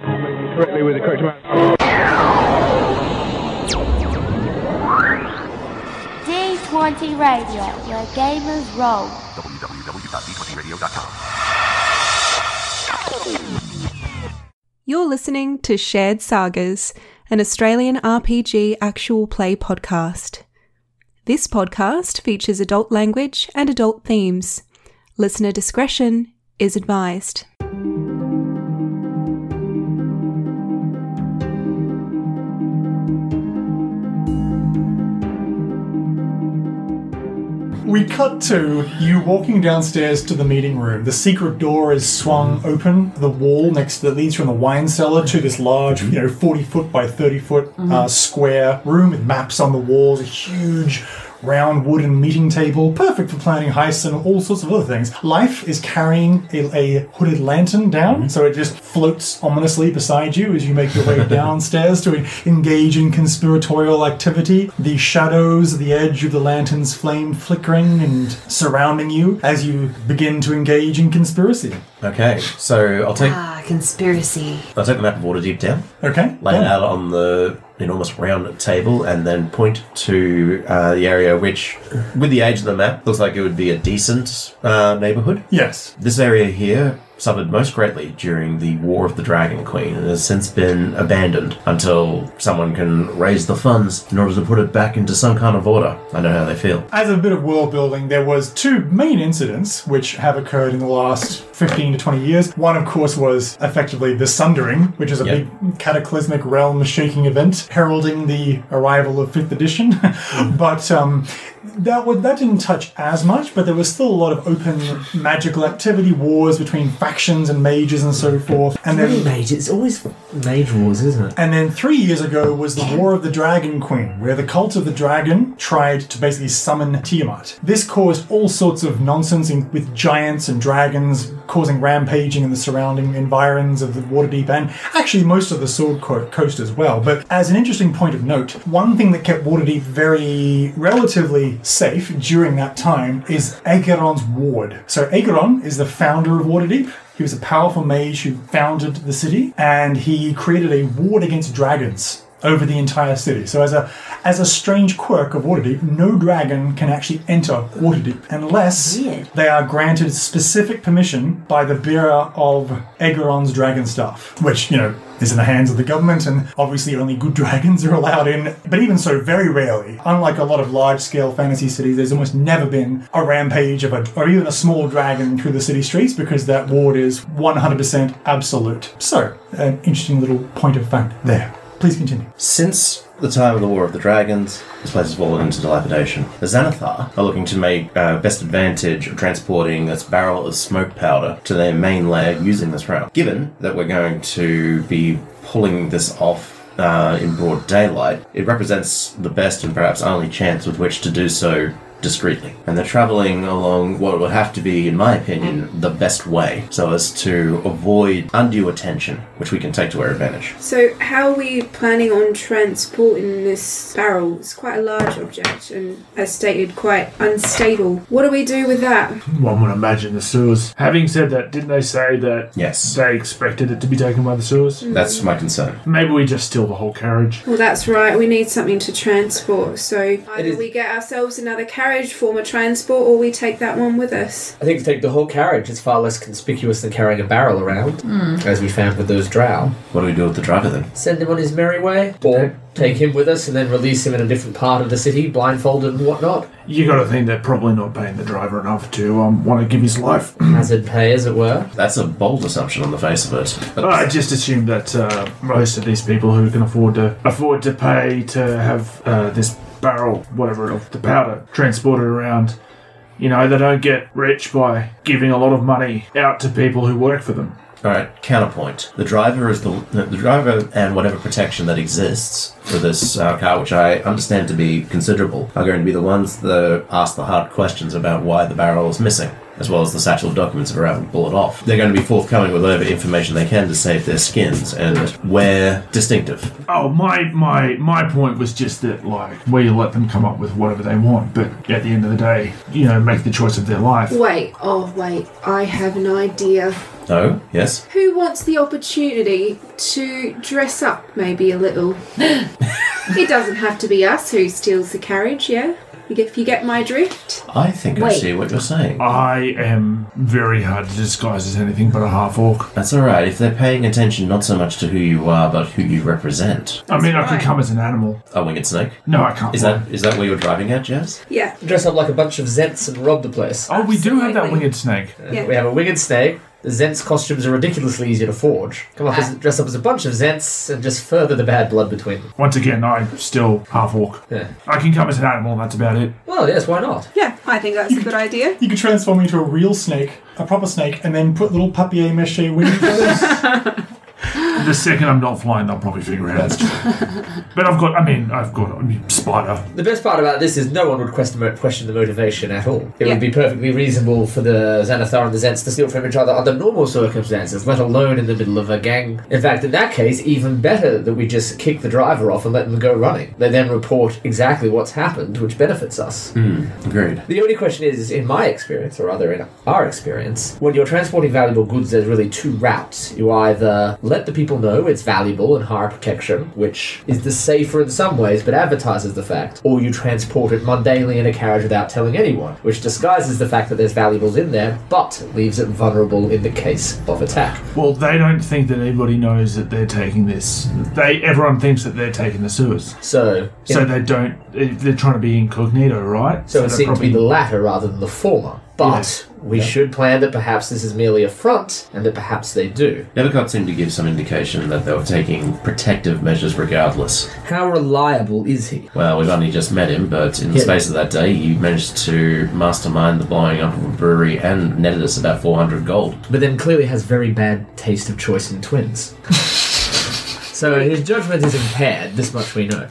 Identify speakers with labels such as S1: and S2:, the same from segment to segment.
S1: correctly with the correct amount.
S2: D20 Radio, where gamers roll.
S3: www.b20radio.com.
S4: You're listening to Shared Sagas, an Australian RPG actual play podcast. This podcast features adult language and adult themes. Listener discretion is advised.
S5: We cut to you walking downstairs to the meeting room. The secret door is swung open. The wall next that leads from the wine cellar to this large, you know, forty foot by thirty foot uh, square room with maps on the walls, a huge round wooden meeting table, perfect for planning heists and all sorts of other things. Life is carrying a, a hooded lantern down, so it just floats ominously beside you as you make your way downstairs to en- engage in conspiratorial activity. The shadows, the edge of the lantern's flame flickering and surrounding you as you begin to engage in conspiracy.
S6: Okay, so I'll take
S7: Ah, conspiracy.
S6: I'll take the map of Waterdeep down,
S5: Okay?
S6: lay it
S5: Yeah.
S6: out on the enormous round table, and then point to uh, the area which, with the age of the map, looks like it would be a decent uh, neighborhood.
S5: Yes.
S6: This area here suffered most greatly during the War of the Dragon Queen and has since been abandoned until someone can raise the funds in order to put it back into some kind of order. I know how they feel.
S5: As a bit of world building, there was two main incidents which have occurred in the last 15 to 20 years. One, of course, was effectively the Sundering, which is a
S6: Yep.
S5: big cataclysmic realm-shaking event heralding the arrival of 5th edition. but um, that was, that didn't touch as much, but there was still a lot of open magical activity, wars between factions and mages and so forth. And then
S8: Really, mage. It's always mage wars, isn't it?
S5: and then three years ago was the War of the Dragon Queen, where the cult of the dragon tried to basically summon Tiamat. This caused all sorts of nonsense in, with giants and dragons causing rampaging in the surrounding environs of the Waterdeep and actually most of the Sword Co- Coast as well. But as an interesting point of note, one thing that kept Waterdeep very relatively safe during that time is Aegeron's ward. So Aegeron is the founder of Waterdeep. He was a powerful mage who founded the city, and he created a ward against dragons over the entire city. So, as a as a strange quirk of Waterdeep, no dragon can actually enter Waterdeep unless
S8: Weird.
S5: they are granted specific permission by the bearer of Aegeron's dragon staff, which you know. Is in the hands of the government, and obviously only good dragons are allowed in. But even so, very rarely. Unlike a lot of large-scale fantasy cities, there's almost never been a rampage of a, or even a small dragon through the city streets because that ward is 100% absolute. So, an interesting little point of fact there. Please continue.
S6: Since the time of the War of the Dragons, this place has fallen into dilapidation. The Xanathar are looking to make uh, best advantage of transporting this barrel of smoke powder to their main lair using this route. Given that we're going to be pulling this off uh, in broad daylight, it represents the best and perhaps only chance with which to do so discreetly. And they're traveling along what would have to be, in my opinion, the best way so as to avoid undue attention, which we can take to our advantage.
S9: So, how are we planning on transporting this barrel? It's quite a large object and, as stated, quite unstable. What do we do with that?
S10: One would imagine the sewers. Having said that, didn't they say that
S6: Yes.
S10: they expected it to be taken by the sewers?
S6: That's my concern.
S10: Maybe we just steal the whole carriage.
S9: Well, that's right, we need something to transport. So, either
S8: is-
S9: we get ourselves another carriage, form a transport, or we take that one with us.
S8: I think to take the whole carriage is far less conspicuous than carrying a barrel around, as we found with those drow.
S6: What do we do with the driver then?
S8: Send him on his merry way, or take him with us and then release him in a different part of the city, blindfolded and whatnot.
S10: You gotta think they're probably not paying the driver enough to um, want to give his life.
S8: Hazard pay, as it were.
S6: That's a bold assumption on the face of it. But
S10: I just assume that uh, most of these people who can afford to afford to pay to have uh, this barrel, whatever it, the powder, transported around, you know, they don't get rich by giving a lot of money out to people who work for them.
S6: all right, counterpoint. The driver is the the driver and whatever protection that exists for this uh, car, which I understand to be considerable, are going to be the ones that ask the hard questions about why the barrel is missing. as well as the satchel of documents if we're able to pull it off. They're going to be forthcoming with whatever information they can to save their skins and wear distinctive.
S10: Oh, my, my, my point was just that, like, we let them come up with whatever they want, but at the end of the day, you know, make the choice of their life.
S9: Wait, oh wait, I have an idea.
S6: No? Yes?
S9: Who wants the opportunity to dress up maybe a little? it doesn't have to be us who steals the carriage, yeah? If you get my drift?
S6: I think I
S1: Wait.
S6: see what you're saying.
S10: I am very hard to disguise as anything but a half orc.
S6: That's alright, if they're paying attention not so much to who you are, but who you represent.
S10: I mean, I
S9: right.
S10: could come as an animal.
S6: A winged snake?
S10: No, I can't.
S6: Is
S10: fly.
S6: that is that where you're driving at, Jazz?
S9: Yeah.
S8: Dress up like a bunch of Zents and rob the place.
S10: Oh, we do have that
S9: Absolutely.
S10: winged snake.
S9: Yeah.
S8: We have a winged snake. The Zents costumes are ridiculously easy to forge. Come up as, dress up as a bunch of Zents and just further the bad blood between them.
S10: Once again, I'm still half orc.
S8: Yeah.
S10: I can come as an animal, that's about it.
S8: Well, yes, why not?
S9: Yeah, I think that's a good idea.
S5: You could transform into a real snake, a proper snake, and then put little papier mache wings on it.
S10: The second I'm not flying, they'll probably figure out it's true. but I've got, I mean, I've got I mean, spider.
S8: The best part about this is no one would question the, mo- question the motivation at all. It
S9: Yeah.
S8: would be perfectly reasonable for the Xanathar and the Zents to steal from each other under normal circumstances, let alone in the middle of a gang. In fact, in that case, even better that we just kick the driver off and let them go running. They then report exactly what's happened, which benefits us.
S6: Agreed.
S8: The only question is, in my experience, or rather in our experience, when you're transporting valuable goods, there's really two routes. You either let the people know it's valuable and hire protection, which is the safer in some ways but advertises the fact, or you transport it mundanely in a carriage without telling anyone, which disguises the fact that there's valuables in there but leaves it vulnerable in the case of attack.
S10: Well, they don't think that anybody knows that they're taking this. They, everyone thinks that they're taking the sewers.
S8: So,
S10: So they don't, they're trying to be incognito, right?
S8: So it
S10: they
S8: seemed
S10: probably-
S8: to be the latter rather than the former. But we should plan that perhaps this is merely a front and that perhaps they do.
S6: Nevercott seemed to give some indication that they were taking protective measures regardless.
S8: How reliable is he?
S6: Well, we've only just met him, but in the
S8: Yeah.
S6: space of that day, he managed to mastermind the blowing up of a brewery and netted us about 400 gold.
S8: but then clearly has very bad taste of choice in twins. so his judgment is impaired, this much we know.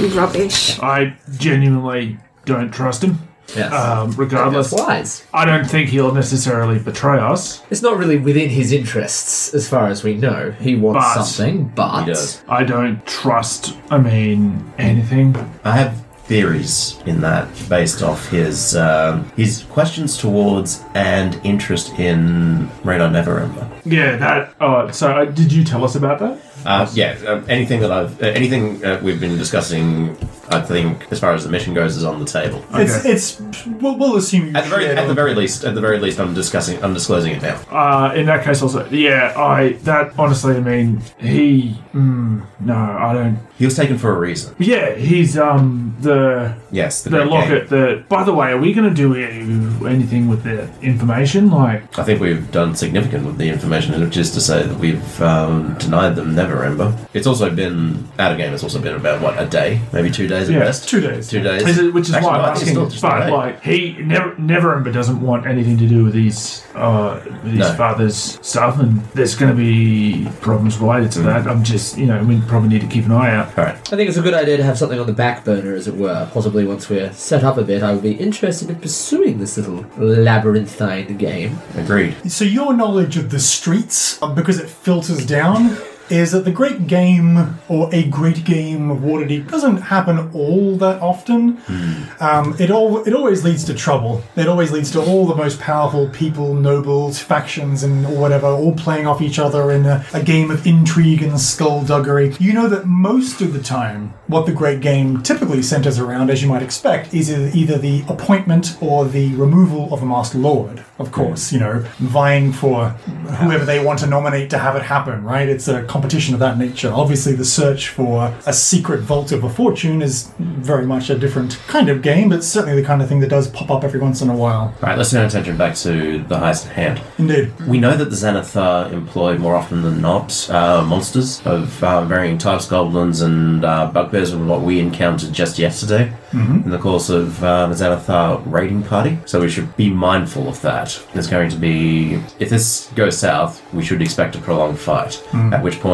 S9: Rubbish.
S10: I genuinely don't trust him.
S8: Yes.
S10: Um,
S8: that's
S10: regardless,
S8: wise.
S10: I don't think he'll necessarily betray us.
S8: It's not really within his interests, as far as we know. He wants
S10: But-
S8: something, but
S6: He does.
S10: I don't trust, I mean, anything.
S6: I have theories in that based off his um, his questions towards and interest in Radar Neverember.
S10: Yeah, that. Oh, so uh, did you tell us about that?
S6: Uh, yeah, um, anything that I've uh, anything uh, we've been discussing, I think, as far as the mission goes, is on the table.
S5: It's, it's we'll, we'll assume. you
S6: At the very,
S5: shared
S6: at the
S5: it.
S6: very least, at the very least, I'm discussing, I'm disclosing it now.
S10: Uh, in that case, also, yeah, I. That honestly, I mean, he. Mm, no, I don't.
S6: He was taken for a reason.
S10: Yeah, he's um the
S6: Yes,
S10: the
S6: Great Game.
S10: locket. The. By the way, are we gonna do any, anything with the information? Like,
S6: I think we've done significant with the information, which is to say that we've um, denied them Neverember. It's also been out of game. It's also been about what a day, maybe two days at
S10: Yeah,
S6: best.
S5: two days.
S6: Two days.
S10: is it- which is
S6: Actually,
S10: why
S6: no, I
S10: I'm
S6: think it's
S10: asking.
S6: not just a
S10: But
S6: day.
S10: like, he never never ever doesn't want anything to do with his uh with his
S6: No.
S10: father's stuff, and there's gonna be problems related
S6: Mm.
S10: to that. I'm just, you know, we probably need to keep an eye out.
S6: all right.
S8: I think it's a good idea to have something on the back burner, as it were. Possibly once we're set up a bit, I would be interested in pursuing this little labyrinthine game.
S6: Agreed.
S5: So your knowledge of the streets, uh, because it filters down, is that the great game or a great game of Waterdeep doesn't happen all that often. Um, it all it always leads to trouble. It always leads to all the most powerful people, nobles, factions, and or whatever, all playing off each other in a, a game of intrigue and skullduggery. You know that most of the time, what the great game typically centers around, as you might expect, is e- either the appointment or the removal of a master lord. Of course, you know, vying for whoever they want to nominate to have it happen. Right? It's a competition of that nature. Obviously, the search for a secret vault of a fortune is very much a different kind of game, but certainly the kind of thing that does pop up every once in a while.
S6: All right. Let's turn our attention back to the highest at hand.
S5: Indeed.
S6: We know that the Xanathar employ more often than not uh, monsters of uh, varying types, goblins and uh, bugbears, were what we encountered just yesterday. in the course of uh, the Xanathar raiding party. So we should be mindful of that. There's going to be, if this goes south, we should expect a prolonged fight. At which point,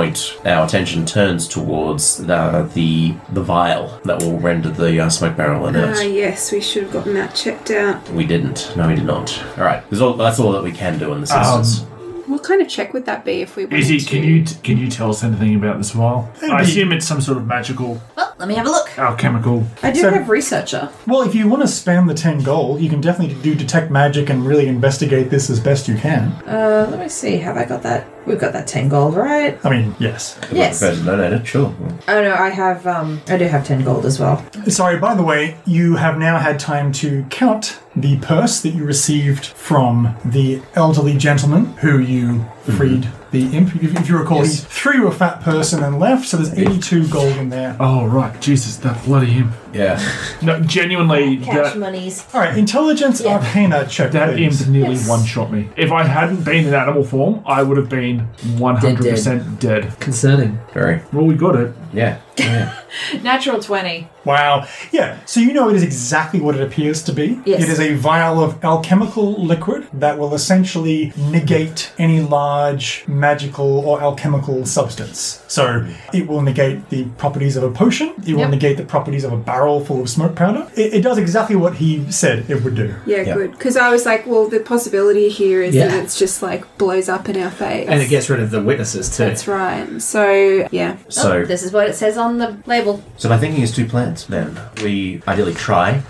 S6: our attention turns towards uh, the the vial that will render the uh, smoke barrel inert.
S9: Ah, yes, we should have gotten that checked out.
S6: We didn't. No, we did not. All right. There's all, that's all that we can do in this
S10: Um,
S6: instance.
S9: What kind of check would that be if we wanted
S10: Izzy,
S9: to?
S10: can you t- can you tell us anything about this vial? I
S5: be-
S10: assume it's some sort of magical,
S1: Well, let me have a look.
S10: alchemical.
S1: I do
S5: So-
S1: have researcher.
S5: Well, if you want to spam the 10 gold, you can definitely do detect magic and really investigate this as best you can.
S1: Uh, let me see. Have I got that? We've got that ten gold, right?
S5: I mean, yes.
S6: If you
S1: yes.
S6: prefer to donate it, sure.
S1: Oh no, I have. Um, I do have ten gold as well.
S5: Sorry, by the way, you have now had time to count the purse that you received from the elderly gentleman who you
S10: Mm-hmm.
S5: freed the imp. If, if you recall, he threw you a fat person and left, so there's 82 gold in there.
S10: Oh right, Jesus, that bloody imp.
S6: Yeah.
S10: No, genuinely,
S1: Cash
S10: that
S1: monies.
S5: All right, intelligence arcana check.
S10: that
S5: please.
S10: imp nearly
S1: Yes.
S10: one shot me. If I hadn't been in animal form, I would have been one hundred percent dead.
S8: Concerning.
S6: Very.
S10: Well, we got it.
S6: Yeah. Yeah.
S1: Natural twenty.
S5: Wow. Yeah, so you know it is exactly what it appears to be.
S1: Yes.
S5: It is a vial of alchemical liquid that will essentially negate any large magical or alchemical substance. So it will negate the properties of a potion, it will
S1: Yep.
S5: negate the properties of a barrel full of smoke powder. It, it does exactly what he said it would do.
S9: Yeah,
S6: Yeah.
S9: good. Because I was like, well, the possibility here is
S8: Yeah.
S9: that it's just like blows up in our face.
S8: And it gets rid of the witnesses too.
S9: That's right. So, yeah.
S6: So.
S11: Oh.
S1: this is what it says on the label.
S6: So my thinking is two plans. Then we ideally try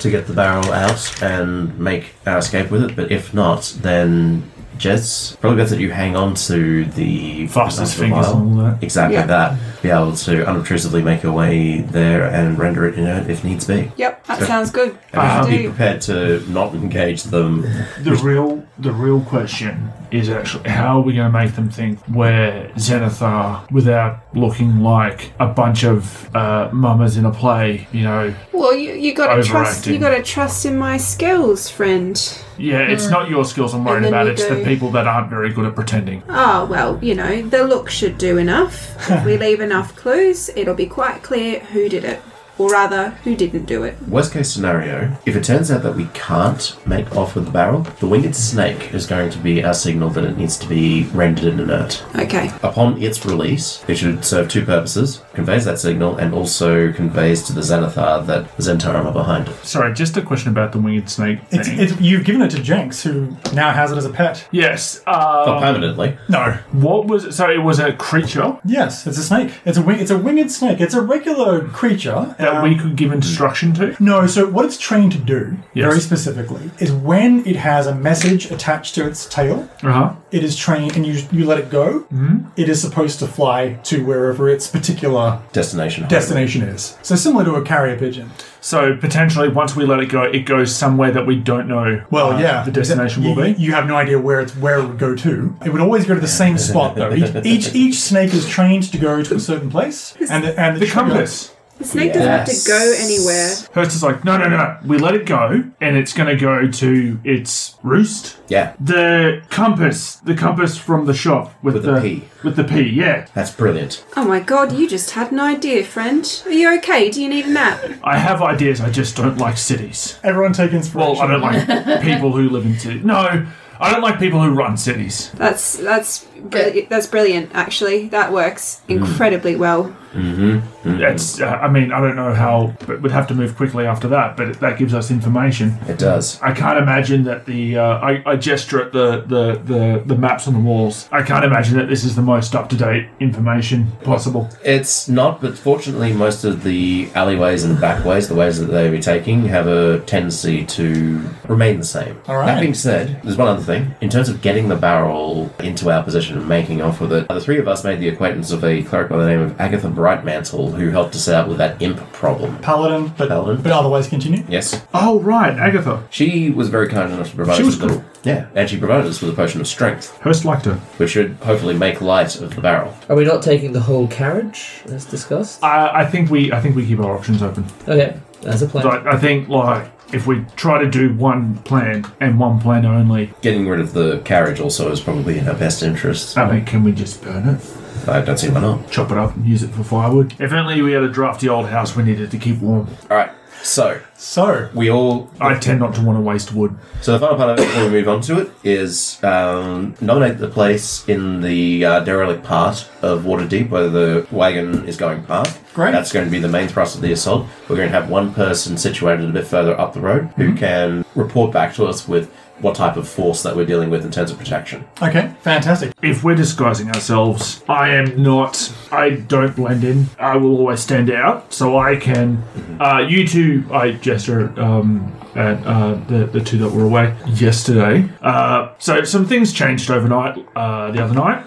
S6: to get the barrel out and make our escape with it, but if not, then Jez probably better that you hang on to the
S10: Fastest
S6: the
S10: fingers
S6: vial.
S10: and all that.
S6: Exactly
S9: Yeah.
S6: that. Be able to unobtrusively make your way there and render it inert if needs be.
S9: Yep, that
S6: So-
S9: sounds good.
S6: And we should be
S9: do.
S7: Uh-huh.
S6: prepared to not engage them.
S10: The real, the real question is actually how are we going to make them think we're Xanathar without looking like a bunch of uh, mamas in a play? You know,
S9: Well, you, you gotta trust.
S10: Overacting.
S9: You gotta trust in my skills, friend.
S10: yeah, it's not your skills I'm worried
S9: Hmm. then
S10: about.
S9: you
S10: It's the
S9: go-
S10: people that aren't very good at pretending.
S9: Oh well, you know the look should do enough. if we leave enough clues, it'll be quite clear who did it, or rather, who didn't do it.
S6: Worst case scenario, if it turns out that we can't make off with the barrel, the winged snake is going to be our signal that it needs to be rendered inert.
S9: Okay.
S6: Upon its release, it should serve two purposes conveys that signal and also conveys to the Xanathar that the Zentarum are behind it.
S10: Sorry, just a question about the winged snake thing.
S5: It's, it's, you've given it to Jenks, who now has it as a pet.
S10: yes. Uh,
S5: Oh.
S6: Not permanently.
S5: No.
S10: what was it? So it was a creature
S5: Yes, it's a snake. It's a wing, it's a winged snake. It's a regular creature.
S10: that
S5: um,
S10: we could give instruction to.
S5: No, so what it's trained to do,
S10: Yes.
S5: very specifically, is when it has a message attached to its tail,
S10: Uh huh.
S5: it is trained, and you, you let it go,
S10: Mm-hmm.
S5: it is supposed to fly to wherever its particular
S6: Destination.
S5: destination is. So similar to a carrier pigeon.
S10: So potentially, once we let it go, it goes somewhere that we don't know.
S5: Well,
S10: uh,
S5: yeah.
S10: the destination
S5: you,
S10: will be.
S5: You have no idea where it's where it would go to. It would always go to the same spot, though. Each, each, each snake is trained to go to a certain place, and the, and the,
S10: The
S5: trigger-
S10: compass.
S9: The snake doesn't have to go anywhere.
S10: Hurst is like, no, no, no, no. We let it go, and it's going to go to its roost.
S6: Yeah.
S10: The compass, the compass from the shop with,
S6: With
S10: the
S6: the P.
S10: with the P, yeah.
S6: That's brilliant.
S9: Oh my god, you just had an idea, friend. Are you okay? Do you need a nap?
S10: I have ideas. I just don't like cities.
S5: Everyone take inspiration.
S10: Well, I don't like people who live in cities. No, I don't like people who run cities.
S9: That's that's brilliant. That's brilliant. Actually, that works
S5: Hmm.
S9: incredibly well.
S6: Mm.
S10: That's. Uh, I mean, I don't know how, but we'd have to move quickly after that. But that gives us information.
S6: It does.
S10: I can't imagine that the uh, I, I gesture at the, the, the, the maps on the walls. I can't imagine that this is the most up to date information possible.
S6: It's not, but fortunately, most of the alleyways and the back ways, the ways that they be taking, have a tendency to remain the same.
S5: All right.
S6: That being said, there's one other thing. In terms of getting the barrel into our position and making off with it, the three of us made the acquaintance of a cleric by the name of Agatha Brightmantle, who helped us out with that imp problem.
S5: Paladin, but,
S6: Paladin.
S5: but otherwise continue.
S6: Yes.
S10: Oh right, Agatha.
S6: She was very kind enough to provide
S10: She
S6: us
S10: was
S6: with a-
S10: cool.
S6: yeah, and she provided us with a potion of strength,
S10: Hurst liked her.
S6: which should hopefully make light of the barrel.
S8: Are we not taking the whole carriage as discussed?
S10: I, I think we I think we keep our options open.
S8: Okay, as a plan.
S10: Like, I think like if we try to do one plan and one plan only,
S6: Getting rid of the carriage also is probably in our best interest.
S10: I mean, can we just burn it,
S6: I don't see why not.
S10: chop it up, and use it for firewood? If only we had a drafty old house we needed to keep warm.
S6: All right. So
S5: So,
S6: we all
S10: I tend not to want to waste wood.
S6: So the final part of it, before we move on to it, is um, nominate the place in the uh, derelict part of Waterdeep where the wagon is going past.
S5: Great.
S6: That's going to be the main thrust of the assault. We're going to have one person situated a bit further up the road who can report back to us with what type of force that we're dealing with in terms of protection.
S5: okay, fantastic.
S10: If we're disguising ourselves, I am not. I don't blend in. I will always stand out, so I can. Uh, you two, I gesture um, at uh, the the two that were away yesterday. Uh, so some things changed overnight. Uh, the other night,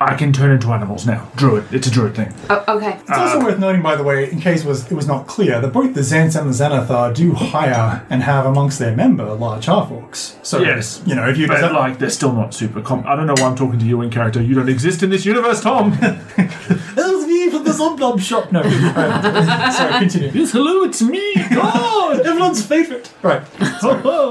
S10: I can turn into animals now. Druid, it's a druid thing.
S9: Oh, okay.
S5: It's
S10: Uh,
S5: also worth noting, by the way, in case was it was not clear, that both the Zents and the Xanathar do hire and have amongst their member large half orcs. So,
S10: Yes.
S5: you know, if you
S10: But like, they're still not super. Com- I don't know why I'm talking to you in character. You don't exist in this universe, Tom.
S5: That's me from the Zomblom shop. No, um, sorry, continue.
S10: yes, hello, it's me, God.
S5: Everyone's favourite. Right,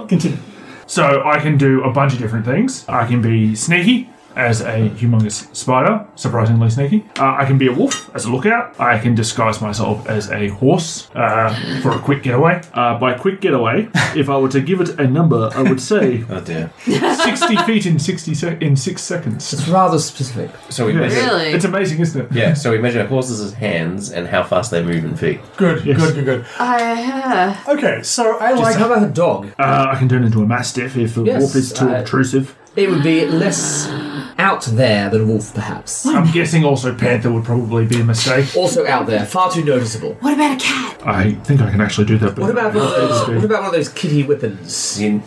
S5: continue.
S10: So I can do a bunch of different things. I can be sneaky as a humongous spider, surprisingly sneaky. Uh, I can be a wolf as a lookout. I can disguise myself as a horse uh, for a quick getaway. Uh, by quick getaway, if I were to give it a number, I would say
S6: Oh dear.
S10: 60 feet in 60 sec- in six seconds.
S8: It's rather specific.
S6: So we measure.
S3: Really?
S10: It's amazing, isn't it?
S6: Yeah, so we measure horses' hands and how fast they move in feet.
S5: Good,
S10: Yes.
S5: good, good, good.
S3: I,
S5: Okay, so Oh, I
S8: Just
S5: like.
S8: how about a dog?
S10: Uh, I can turn into a mastiff if the
S8: Yes, uh,
S10: wolf is too
S8: I-
S10: obtrusive.
S8: It would be less out there than wolf, perhaps.
S10: I'm guessing also panther would probably be a mistake.
S8: Also out there, far too noticeable.
S3: what about a cat?
S10: I think I can actually do that. But
S8: What about one of those? What about one of those kitty whippins?
S6: In-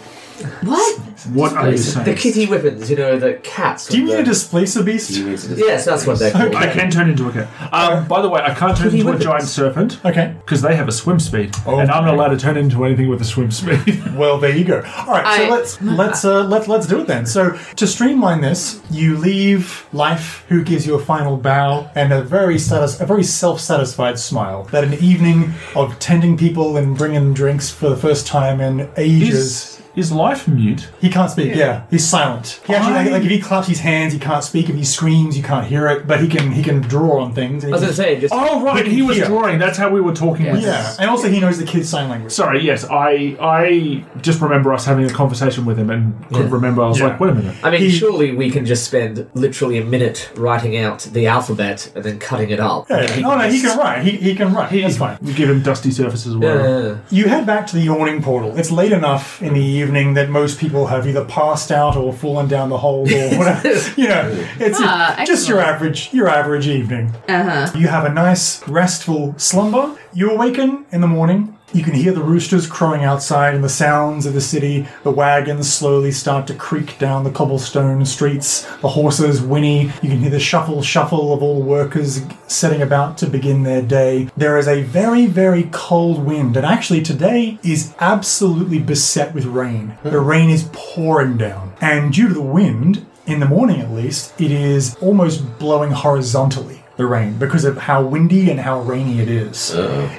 S3: What?
S10: what are you saying?
S8: The kitty whippins, you know, the cats.
S5: do you
S8: with
S5: mean a
S8: the-
S5: displacer beast?
S8: Yes, that's what they're called.
S10: I can turn into a cat. Um, by the way, I can't turn
S8: Kitty
S10: into a
S8: whippets.
S10: giant serpent
S5: Okay,
S10: because they have a swim speed,
S5: Oh.
S10: and I'm not allowed to turn into anything with a swim speed.
S5: well there you go. All right, so
S3: I-
S5: let's let's uh, let's let's do it then. So to streamline this, you leave life, who gives you a final bow and a very satis- a very self-satisfied smile. That an evening of tending people and bringing drinks for the first time in ages.
S10: is, is life mute?
S5: He can't speak. Yeah, he's silent. He actually, like,
S10: I-
S5: like, if he claps his hands, he can't speak. If he screams, you can't hear it. But he can he can draw on things. and
S8: I was
S5: he
S8: going to say, just
S10: Oh right, he was
S5: Yeah.
S10: drawing. That's how we were talking.
S5: can-
S10: with-
S5: yeah, and also he knows the kids' sign language.
S10: Sorry, yes, I I just remember us having a conversation with him and couldn't
S8: Yeah.
S10: remember. I was
S5: Yeah.
S10: like, wait a minute.
S8: I mean,
S5: He-
S8: surely we can just spend literally a minute writing out the alphabet and then cutting it up.
S5: Yeah, yeah. Oh, No, no, he
S8: just-
S5: can write. He, he can write. That's fine.
S10: We give him dusty surface as well.
S8: Yeah.
S5: You head back to the yawning portal. It's late enough in the evening that most people have either passed out or fallen down the hole or whatever. you know, it's
S3: Ah,
S5: just your average your average evening. Uh-huh. You have a nice restful slumber. You awaken in the morning. You can hear the roosters crowing outside and the sounds of the city. The wagons slowly start to creak down the cobblestone streets. The horses whinny. You can hear the shuffle, shuffle of all the workers setting about to begin their day. There is a very, very cold wind, and actually today is absolutely beset with rain. The rain is pouring down, and due to the wind, in the morning at least, it is almost blowing horizontally. The rain because of how windy and how rainy it is.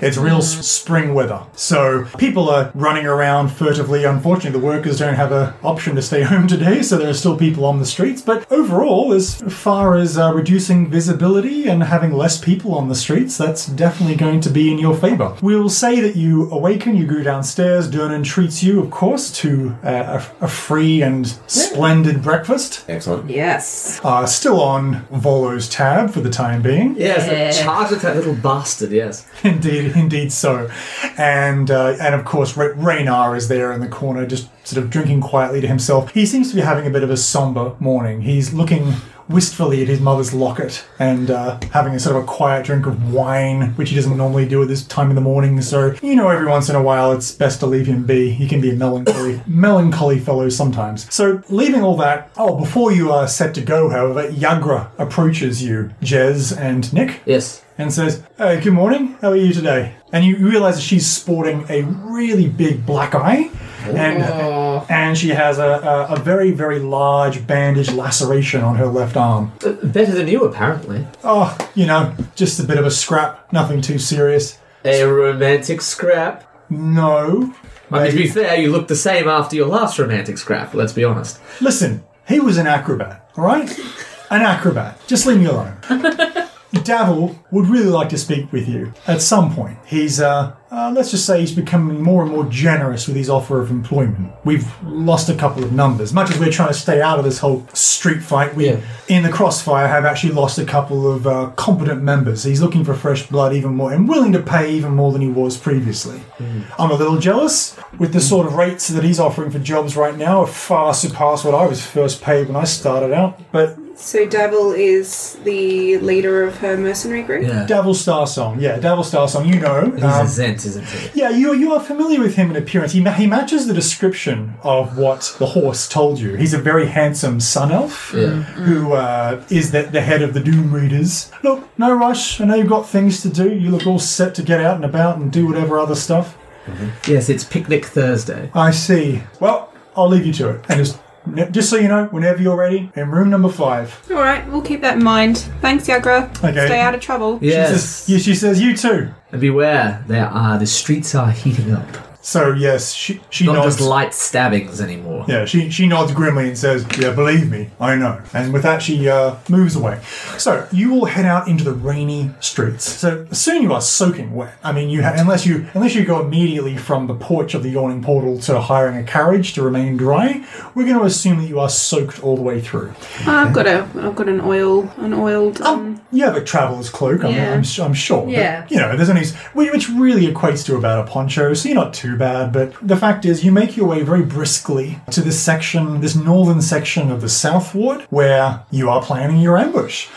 S5: It's real s- spring weather. So people are running around furtively. Unfortunately, the workers don't have an option to stay home today, so there are still people on the streets. But overall, as far as uh, reducing visibility and having less people on the streets, that's definitely going to be in your favor. We'll say that you awaken, you go downstairs. Dernan treats you, of course, to uh, a, a free and splendid breakfast.
S6: Excellent.
S1: Yes.
S5: Uh, still on Volo's tab for the time being.
S8: Yes, the charge at that little bastard, yes.
S5: Indeed, indeed so. And uh, and of course, Re- Raynar is there in the corner, just sort of drinking quietly to himself. He seems to be having a bit of a somber morning. He's looking wistfully at his mother's locket and uh, having a sort of a quiet drink of wine, which he doesn't normally do at this time in the morning. So you know, every once in a while, it's best to leave him be. He can be a melancholy, melancholy fellow sometimes. So leaving all that. Oh, before you are set to go, however, Yagra approaches you, Jez and Nick
S8: Yes.
S5: and says, "Hey, good morning. How are you today?" And you realise that she's sporting a really big black eye, and and she has a, a, a very very large bandage laceration on her left arm.
S8: Uh, Better than you, apparently.
S5: Oh, you know, just a bit of a scrap, nothing too serious.
S8: A romantic scrap.
S5: No,
S8: I mean, to
S5: Maybe-
S8: be fair, you look the same after your last romantic scrap, let's be honest.
S5: Listen, he was an acrobat, all right? An acrobat. Just leave me alone. Davil would really like to speak with you at some point. He's uh, Uh, let's just say he's becoming more and more generous with his offer of employment. We've lost a couple of numbers. Much as we're trying to stay out of this whole street fight, we,
S8: Yeah.
S5: in the crossfire, have actually lost a couple of uh, competent members. He's looking for fresh blood even more and willing to pay even more than he was previously. I'm a little jealous with the sort of rates that he's offering for jobs right now are far surpass what I was first paid when I started out. But
S9: So Devil is the leader of her mercenary group.
S8: Yeah.
S5: Devil Star Song, yeah, Devil Star Song, you know.
S8: He's
S5: um,
S8: a Zent, isn't he?
S5: Yeah, you, you are familiar with him in appearance. He, ma- he matches the description of what the horse told you. He's a very handsome sun elf
S8: Yeah.
S5: who uh, is the, the head of the Doom Readers. Look, no rush. I know you've got things to do. You look all set to get out and about and do whatever other stuff.
S8: Yes, it's Picnic Thursday.
S5: I see. Well, I'll leave you to it. And just, just so you know, whenever you're ready, in room number five.
S3: All right, we'll keep that in mind. Thanks, Yagra.
S5: Okay.
S3: Stay out of trouble.
S8: Yes.
S5: Yeah, she says, you too.
S8: And beware, there are the streets are heating up.
S5: So, yes, she, she
S8: Not
S5: nods.
S8: just light stabbings anymore.
S5: Yeah, she, she nods grimly and says, Yeah, believe me, I know. And with that, she uh, moves away. So you all head out into the rainy streets. So soon you are soaking wet. I mean, you ha- unless you unless you go immediately from the porch of the yawning portal to hiring a carriage to remain dry, we're going to assume that you are soaked all the way through.
S3: I've got a, I've got an oil, an oiled. Um,
S5: You have a traveller's cloak, I'm,
S3: Yeah.
S5: I'm, su- I'm sure. but,
S3: Yeah.
S5: you know, there's only, s- whi- which really equates to about a poncho, so you're not too bad. But the fact is, you make your way very briskly to this section, this northern section of the South Ward, where you are planning your ambush.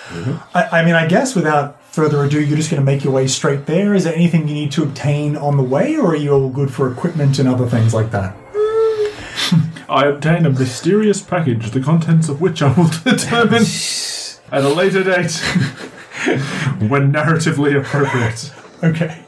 S5: I, I mean, I guess without further ado, you're just going to make your way straight there. Is there anything you need to obtain on the way, or are you all good for equipment and other things like that?
S10: I obtain a mysterious package, the contents of which I will determine at a later date when narratively appropriate.
S5: Okay.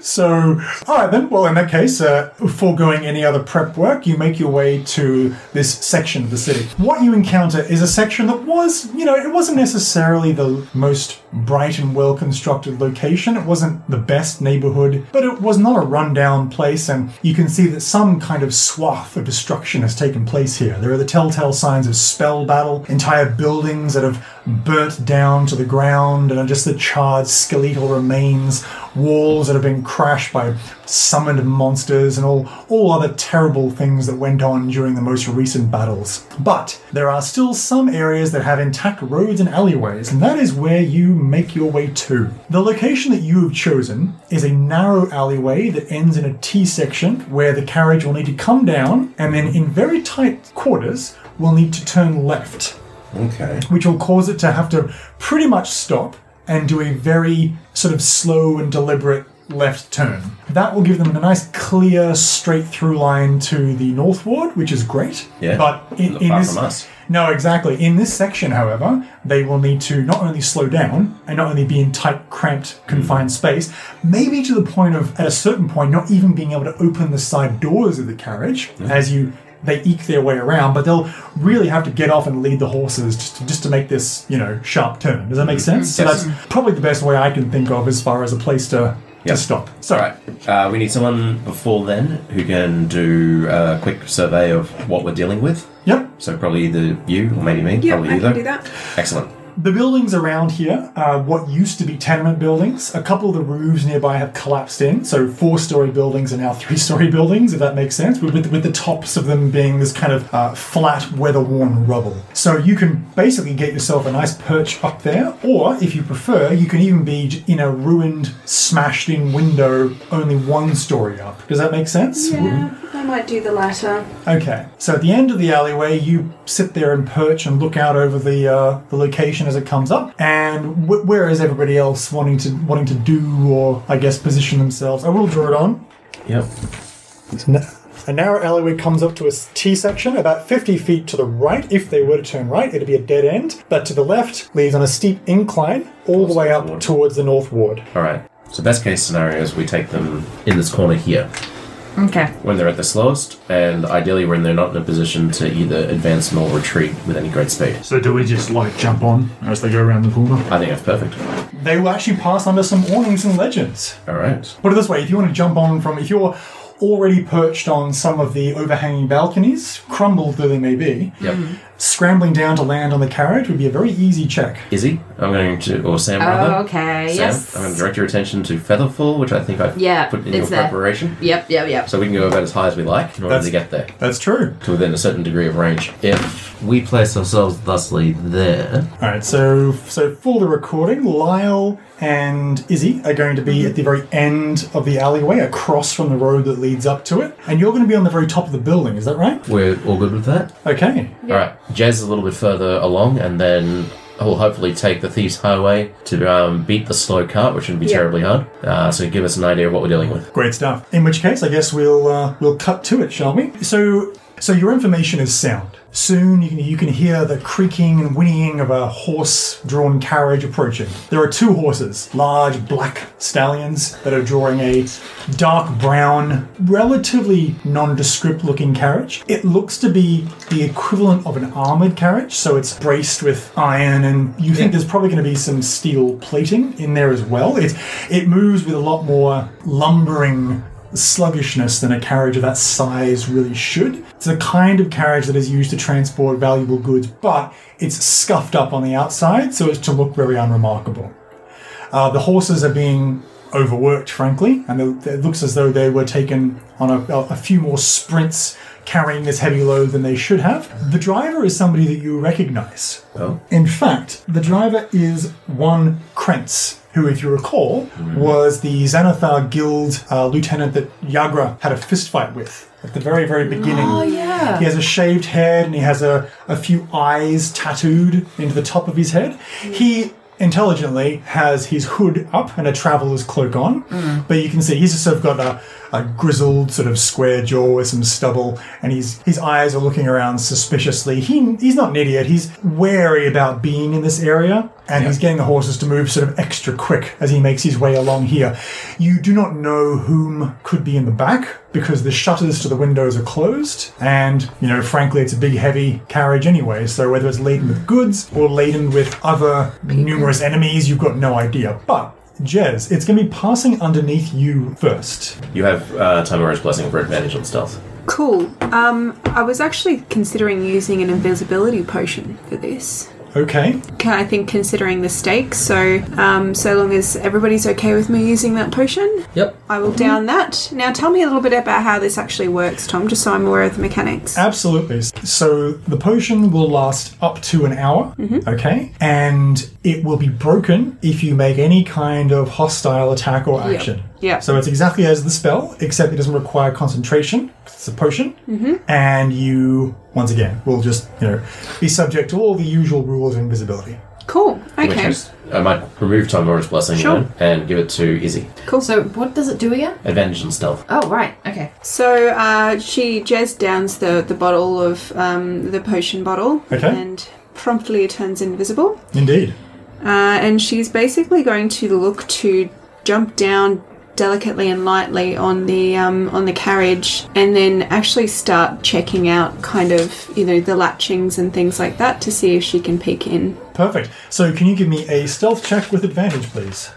S5: So, all right then. Well, in that case, uh, foregoing any other prep work, you make your way to this section of the city. What you encounter is a section that was, you know, it wasn't necessarily the most bright and well constructed location. It wasn't the best neighborhood, but it was not a rundown place, and you can see that some kind of swath of destruction has taken place here. There are the telltale signs of spell battle, entire buildings that have burnt down to the ground and are just the charred skeletal remains, walls that have been crashed by summoned monsters and all, all other terrible things that went on during the most recent battles. But there are still some areas that have intact roads and alleyways, and that is where you make your way to. The location that you have chosen is a narrow alleyway that ends in a T section where the carriage will need to come down and then in very tight quarters will need to turn left
S6: Okay.
S5: which will cause it to have to pretty much stop and do a very sort of slow and deliberate left turn. That will give them a nice, clear, straight through line to the North Ward, which is great.
S6: Yeah.
S5: But in,
S6: Not
S5: in
S6: far
S5: this,
S6: from us.
S5: no, exactly. In this section, however, they will need to not only slow down and not only be in tight, cramped,
S6: Mm.
S5: confined space, maybe to the point of, at a certain point, not even being able to open the side doors of the carriage as you they eke their way around. But they'll really have to get off and lead the horses just to, just to make this, you know, sharp turn. Does that make sense? So
S6: Mm-hmm. Yes.
S5: that's probably the best way I can think of as far as a place to, to
S6: Yep.
S5: stop. So,
S6: All right. Uh, we need someone before then who can do a quick survey of what we're dealing with.
S5: yep.
S6: So probably either you or maybe me.
S9: Yeah,
S6: probably
S9: I
S6: you
S9: can
S6: though.
S9: do that.
S6: Excellent.
S5: The buildings around here are what used to be tenement buildings. A couple of the roofs nearby have collapsed in, so four story buildings are now three story buildings, if that makes sense, with, with, with the tops of them being this kind of uh, flat, weather worn rubble. So you can basically get yourself a nice perch up there, or if you prefer, you can even be j- in a ruined, smashed in window only one story up. Does that make sense?
S9: Yeah, I might do the latter.
S5: Okay. So at the end of the alleyway, you sit there and perch and look out over the uh, the location as it comes up. And wh- where is everybody else wanting to wanting to do or I guess position themselves? I will draw it on.
S6: Yep.
S5: A narrow alleyway comes up to a T section, about 50 feet to the right. If they were to turn right, it'd be a dead end. But to the left leads on a steep incline all the way up towards the north ward.
S6: All right. So best case scenario is we take them in this corner here
S3: okay.
S6: when they're at the slowest, and ideally when they're not in a position to either advance nor retreat with any great speed.
S10: So do we just like jump on as they go around the corner?
S6: I think that's perfect.
S5: They will actually pass under some warnings and legends.
S6: All right.
S5: Put it this way: if you want to jump on from, if you're already perched on some of the overhanging balconies, crumbled though they may be,
S7: Hmm.
S6: Yep.
S5: Scrambling down to land on the carriage would be a very easy check.
S6: Is he? I'm going to, or Sam rather.
S7: Oh, okay.
S6: Sam,
S7: yes.
S6: I'm going to direct your attention to Featherfall, which I think I
S7: Yeah,
S6: put in your
S7: it's there.
S6: preparation.
S7: Yep, yep, yep.
S6: So we can go about as high as we like in order
S5: That's-
S6: to get there,
S5: That's true.
S6: to within a certain degree of range. If we place ourselves thusly there,
S5: All right, so so for the recording, Lyle and Izzy are going to be at the very end of the alleyway, across from the road that leads up to it, and you're going to be on the very top of the building. Is that right?
S6: we're all good with that.
S5: Okay.
S6: All right, Jez is a little bit further along, and then he'll hopefully take the Thieves Highway to um, beat the slow cart, which shouldn't be terribly hard. Uh, so give us an idea of what we're dealing with.
S5: Great stuff. In which case, I guess we'll uh, we'll cut to it, shall we? So, so your information is sound. Soon you can, you can hear the creaking and whinnying of a horse-drawn carriage approaching. There are two horses, large black stallions that are drawing a dark brown, relatively nondescript-looking carriage. It looks to be the equivalent of an armored carriage, so it's braced with iron, and you think there's probably going to be some steel plating in there as well. It it moves with a lot more lumbering sluggishness than a carriage of that size really should. It's a kind of carriage that is used to transport valuable goods, but it's scuffed up on the outside, so as to look very unremarkable. Uh, the horses are being overworked, frankly, and it- it looks as though they were taken on a, a few more sprints carrying this heavy load than they should have. The driver is somebody that you recognize.
S6: Oh,
S5: In fact, the driver is one Krentz, who, if you recall, was the Xanathar Guild uh, lieutenant that Yagra had a fist fight with at the very, very beginning. Oh, yeah. He has a shaved head and he has a, a few eyes tattooed into the top of his head. He intelligently has his hood up and a traveler's cloak on, but you can see he's just sort of got a, a grizzled sort of square jaw with some stubble, and he's, his eyes are looking around suspiciously. He, he's not an idiot, he's wary about being in this area, and he's getting the horses to move sort of extra quick as he makes his way along here. You do not know whom could be in the back. Because the shutters to the windows are closed, and you know, frankly, it's a big, heavy carriage anyway. So whether it's laden with goods or laden with other numerous enemies, you've got no idea. But Jez, it's going to be passing underneath you first.
S6: you have uh, Timora's blessing for advantage on stealth.
S7: Cool. Um, I was actually considering using an invisibility potion for this.
S5: Okay.
S7: Can I think considering the stakes? So, um, so long as everybody's okay with me using that potion,
S8: Yep.
S7: I will down that. Now, tell me a little bit about how this actually works, Tom, just so I'm aware of the
S5: Uh,
S7: mechanics.
S5: Absolutely. So the potion will last up to an hour, okay? And it will be broken if you make any kind of hostile attack or action.
S7: Yep.
S5: So it's exactly as the spell, except it doesn't require concentration. 'cause It's a potion. And you, once again, will just, you know, be subject to all the usual rules of invisibility.
S7: Cool.
S6: In which
S7: Okay.
S6: case, I might remove Timora's blessing
S7: Sure.
S6: then and give it to Izzy.
S7: Cool.
S12: So what does it do again?
S6: Advantage on stealth.
S12: Oh, right. Okay.
S7: So uh, she Jez downs the the bottle of um, the potion bottle,
S5: Okay.
S7: and promptly turns invisible.
S5: Indeed.
S7: Uh, and she's basically going to look to jump down delicately and lightly on the um, on the carriage, and then actually start checking out kind of you know the latchings and things like that to see if she can peek in.
S5: Perfect. So can you give me a stealth check with advantage, please?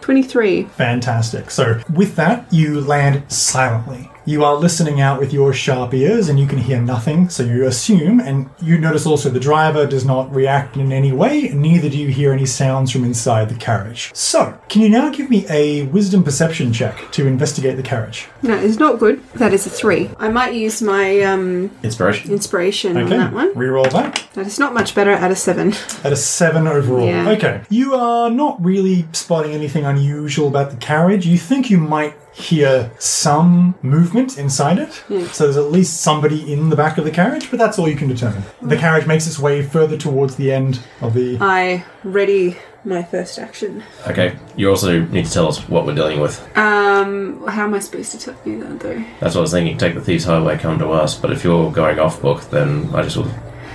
S7: Twenty three.
S5: Fantastic. So, with that, you land silently. You are listening out with your sharp ears and you can hear nothing, so you assume, and you notice also the driver does not react in any way, and neither do you hear any sounds from inside the carriage. So, can you now give me a wisdom perception check to investigate the carriage?
S7: No, it's not good. That is a three. I might use my um,
S6: Inspiration.
S7: inspiration on that one.
S5: reroll that.
S7: That is not much better at a seven.
S5: At a seven overall.
S7: Yeah.
S5: Okay. You are not really spotting anything unusual about the carriage. You think you might hear some movement inside it. So there's at least somebody in the back of the carriage, but that's all you can determine. The carriage makes its way further towards the end of the.
S7: I ready my first action.
S6: Okay, you also need to tell us what we're dealing with.
S7: Um, how am I supposed to tell you that though?
S6: That's what I was thinking. Take the thieves' highway, come to us. But if you're going off book, then I just will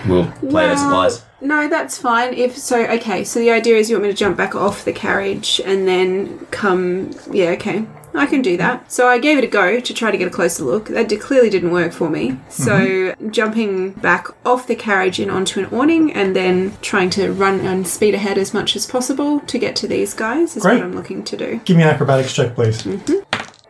S6: will play it as it
S7: Well,
S6: lies.
S7: No, that's fine. If so, okay. So the idea is you want me to jump back off the carriage and then come. Yeah, okay. I can do that. So I gave it a go to try to get a closer look. That di- clearly didn't work for me. So
S6: Mm-hmm.
S7: jumping back off the carriage and onto an awning, and then trying to run and speed ahead as much as possible to get to these guys is
S5: Great.
S7: what I'm looking to do.
S5: Give me an acrobatics check, please.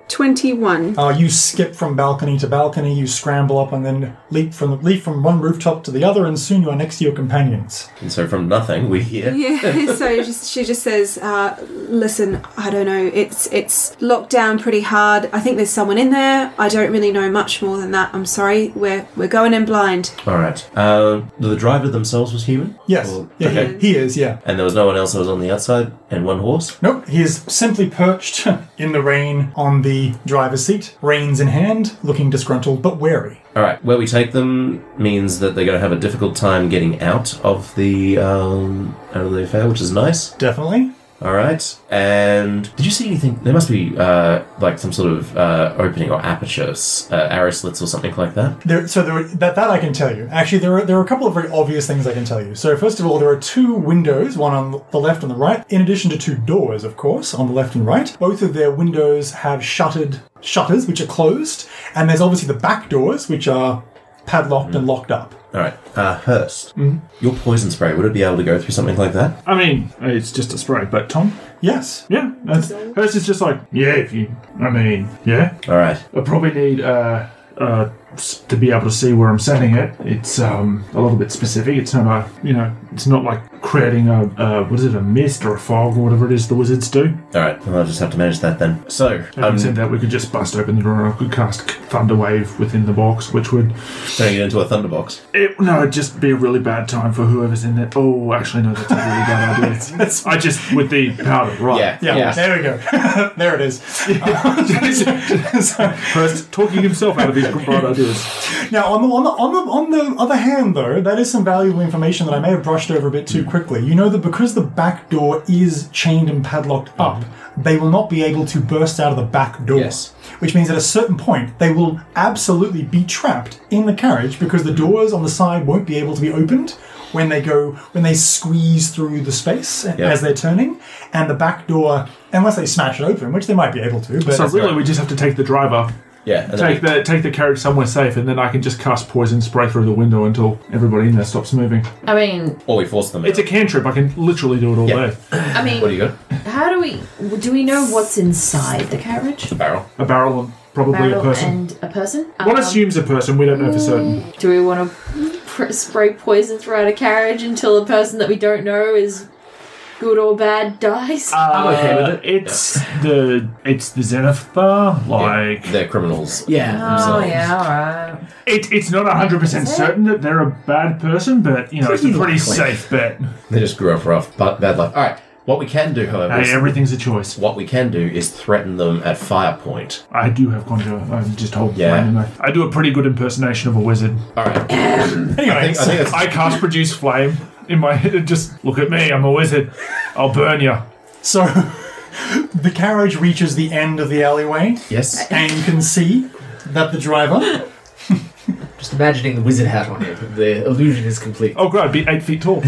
S7: 21.
S5: Uh, you skip from balcony to balcony, you scramble up and then leap from leap from one rooftop to the other, and soon you are next to your companions.
S6: And so from nothing, we hear.
S7: Yeah, so just, she just says, uh, "Listen, I don't know. It's it's locked down pretty hard. I think there's someone in there. I don't really know much more than that. I'm sorry. We're we're going in blind.
S6: All right. Uh, the driver themselves was human,
S5: Yes, yeah, he-
S6: okay.
S5: he is. Yeah,
S6: and there was no one else that was on the outside, and one horse.
S5: nope. He is simply perched in the rain on the driver's seat, reins in hand, looking disgruntled but wary.
S6: All right. Where we take them means that they're going to have a difficult time getting out of the um, out of the affair, which is nice.
S5: Definitely.
S6: All right. And did you see anything? There must be uh, like some sort of uh, opening or apertures, uh, arrow slits or something like that.
S5: There, so there, that that I can tell you. Actually, there are there are a couple of very obvious things I can tell you. So first of all, there are two windows, one on the left and the right, in addition to two doors, of course, on the left and right. Both of their windows have shuttered shutters, which are closed, and there's obviously the back doors, which are padlocked and locked up.
S6: All right. Uh, Hurst, your poison spray would it be able to go through something like that?
S10: I mean, it's just a spray, but Tom,
S5: Yes.
S10: yeah, that's, hers is just like, yeah, if you, I mean, yeah,
S6: All right.
S10: I probably need uh, uh, s- to be able to see where I'm setting it. It's um, a little bit specific. It's not a, you know, it's not like creating a, uh, what is it, a mist or a fog or whatever it is the wizards do.
S6: All right. Well, I'll just have to manage that then. So,
S10: Having
S6: um,
S10: said that, we could just bust open the door and I could cast Thunder Wave within the box, which would
S6: turning it into a thunderbox.
S10: It, no, it'd just be a really bad time for whoever's in there. Oh, actually, no, that's a really bad idea. I just, with the powder, right.
S6: Yeah.
S5: Yeah,
S8: Yeah.
S5: there we go. there it is. So-
S10: First, talking himself out of these bad ideas.
S5: now, on the, on, the, on, the, on the other hand, though, that is some valuable information that I may have brushed over a bit
S6: Hmm.
S5: too quickly. You know that because the back door is chained and padlocked
S6: Hmm.
S5: up, they will not be able to burst out of the back door.
S8: Yes.
S5: Which means at a certain point, they will absolutely be trapped in the carriage because
S6: Hmm.
S5: the doors on the side won't be able to be opened when they go when they squeeze through the space as they're turning, and the back door, unless they smash it open, which they might be able to. But
S10: So, really, we just have to take the driver,
S6: Yeah. and then
S10: take the, take the carriage somewhere safe, and then I can just cast poison spray through the window until everybody in there stops moving.
S12: I mean,
S6: we- or we force them.
S10: It's a cantrip. I can literally do it all
S6: Yeah.
S10: day.
S12: I
S6: What do
S12: mean,
S6: you got?
S12: how do we do? We know what's inside the carriage,
S6: A barrel.
S10: A barrel and probably a
S12: barrel,
S10: person.
S12: and a person.
S10: One
S12: Um,
S10: assumes a person, we don't know for certain.
S8: Mm.
S12: Do we want to pr- spray poison throughout a carriage until the person that we don't know is good or bad
S5: Uh,
S12: dies?
S10: I'm
S8: okay with it.
S10: It's the it's the Zenith bar. Like
S6: They're criminals.
S8: Yeah.
S12: oh yeah, all right.
S10: It, it's not 100% certain that they're a bad person, but, you know, it's a pretty safe bet.
S6: They just grew up rough, but bad luck. All right. What we can do, however, is
S10: Hey, everything's a choice.
S6: what we can do is threaten them at fire point.
S10: I do have conjure. I'm just holding
S6: Yeah.
S10: I do a pretty good impersonation of a wizard.
S6: All right.
S5: anyway,
S6: I think, I think that's
S10: I cast produce flame in my head. Just look at me. I'm a wizard. I'll burn you.
S5: So the carriage reaches the end of the alleyway,
S6: yes.
S5: and you can see that the driver.
S8: Just imagining the wizard hat on him. The illusion is complete.
S10: Oh, God, I'd be eight feet tall.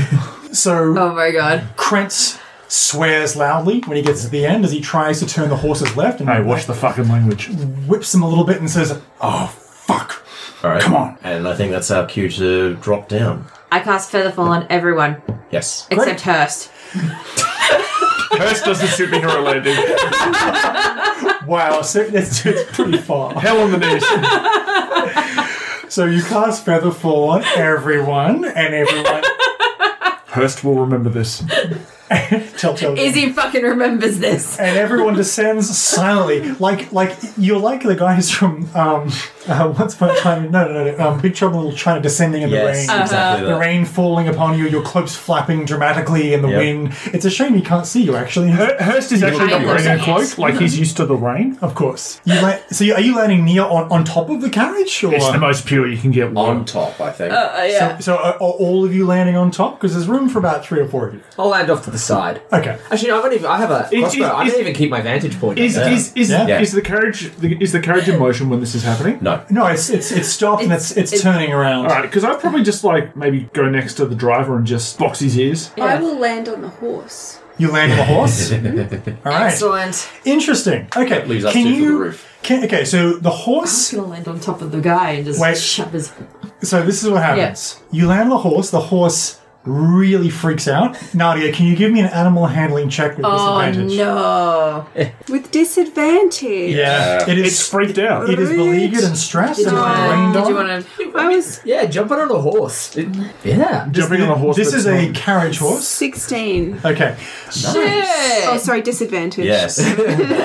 S5: So
S12: Oh my god.
S5: Krentz swears loudly when he gets to the end as he tries to turn the horses left and
S10: Hey, watch the fucking language.
S5: whips him a little bit and says, "Oh fuck."
S6: All right.
S5: Come on.
S6: And I think that's our cue to drop down.
S11: I cast Featherfall on everyone
S6: Yes.
S11: except Hurst.
S10: Hurst does the superhero landing.
S5: Wow, so it's, it's pretty far.
S10: Hell on the knees.
S5: So you cast Featherfall on everyone, and everyone
S10: Hurst will remember this.
S5: telltale.
S11: Izzy fucking remembers this.
S5: and everyone descends silently, like like you're like the guys from um, uh, Once Upon a Time. No, no, no, no. Um, Big Trouble in Little China descending in
S6: Yes.
S5: the rain.
S6: Exactly.
S5: The
S6: that.
S5: rain falling upon you, your cloaks flapping dramatically in the
S6: Yep.
S5: wind. It's a shame you can't see you actually.
S10: Hur- Hurst is actually not wearing a cloak. Like, he's used to the rain.
S5: Of course. You la- so you- are you landing near on, on top of the carriage, or
S10: It's the most pure you can get one.
S6: On top, I think.
S5: so, so are, are all of you landing on top? Because there's room for about three or four of you.
S8: I'll land off to the side.
S5: Okay.
S8: Actually, no, I don't even. I have a
S10: It-
S8: crossbow.
S10: it-
S8: I
S10: it-
S8: don't even keep my vantage point.
S10: Is is is,
S5: Yeah.
S10: is the carriage is the carriage in motion when this is happening?
S6: no.
S5: No, it's it's it's stopped and it's it's, turning around.
S10: All right, because I'd probably just like maybe go next to the driver and just box his ears.
S7: I will land on the horse.
S5: You land on the horse. all right.
S11: Excellent.
S5: Interesting. Okay.
S6: Leaves us
S5: can
S6: two for
S5: you?
S6: the roof.
S5: Can, okay. So the horse.
S11: Just gonna land on top of the guy and just
S5: Wait.
S11: shove his.
S5: So this is what happens. You land the horse. The horse really freaks out. Nadia, can you give me an animal handling check with disadvantage?
S7: Oh, no. With disadvantage.
S5: Yeah, it is.
S10: It's freaked out.
S5: It is beleaguered and stressed.
S7: Did
S5: and
S7: you
S5: rained on.
S7: want to? I was
S8: Yeah, jumping on a horse. It-
S12: Mm.
S8: yeah.
S5: Jumping on a horse. This is a carriage horse.
S7: sixteen.
S5: Okay.
S7: Oh, sorry, disadvantage.
S5: Yes.
S7: you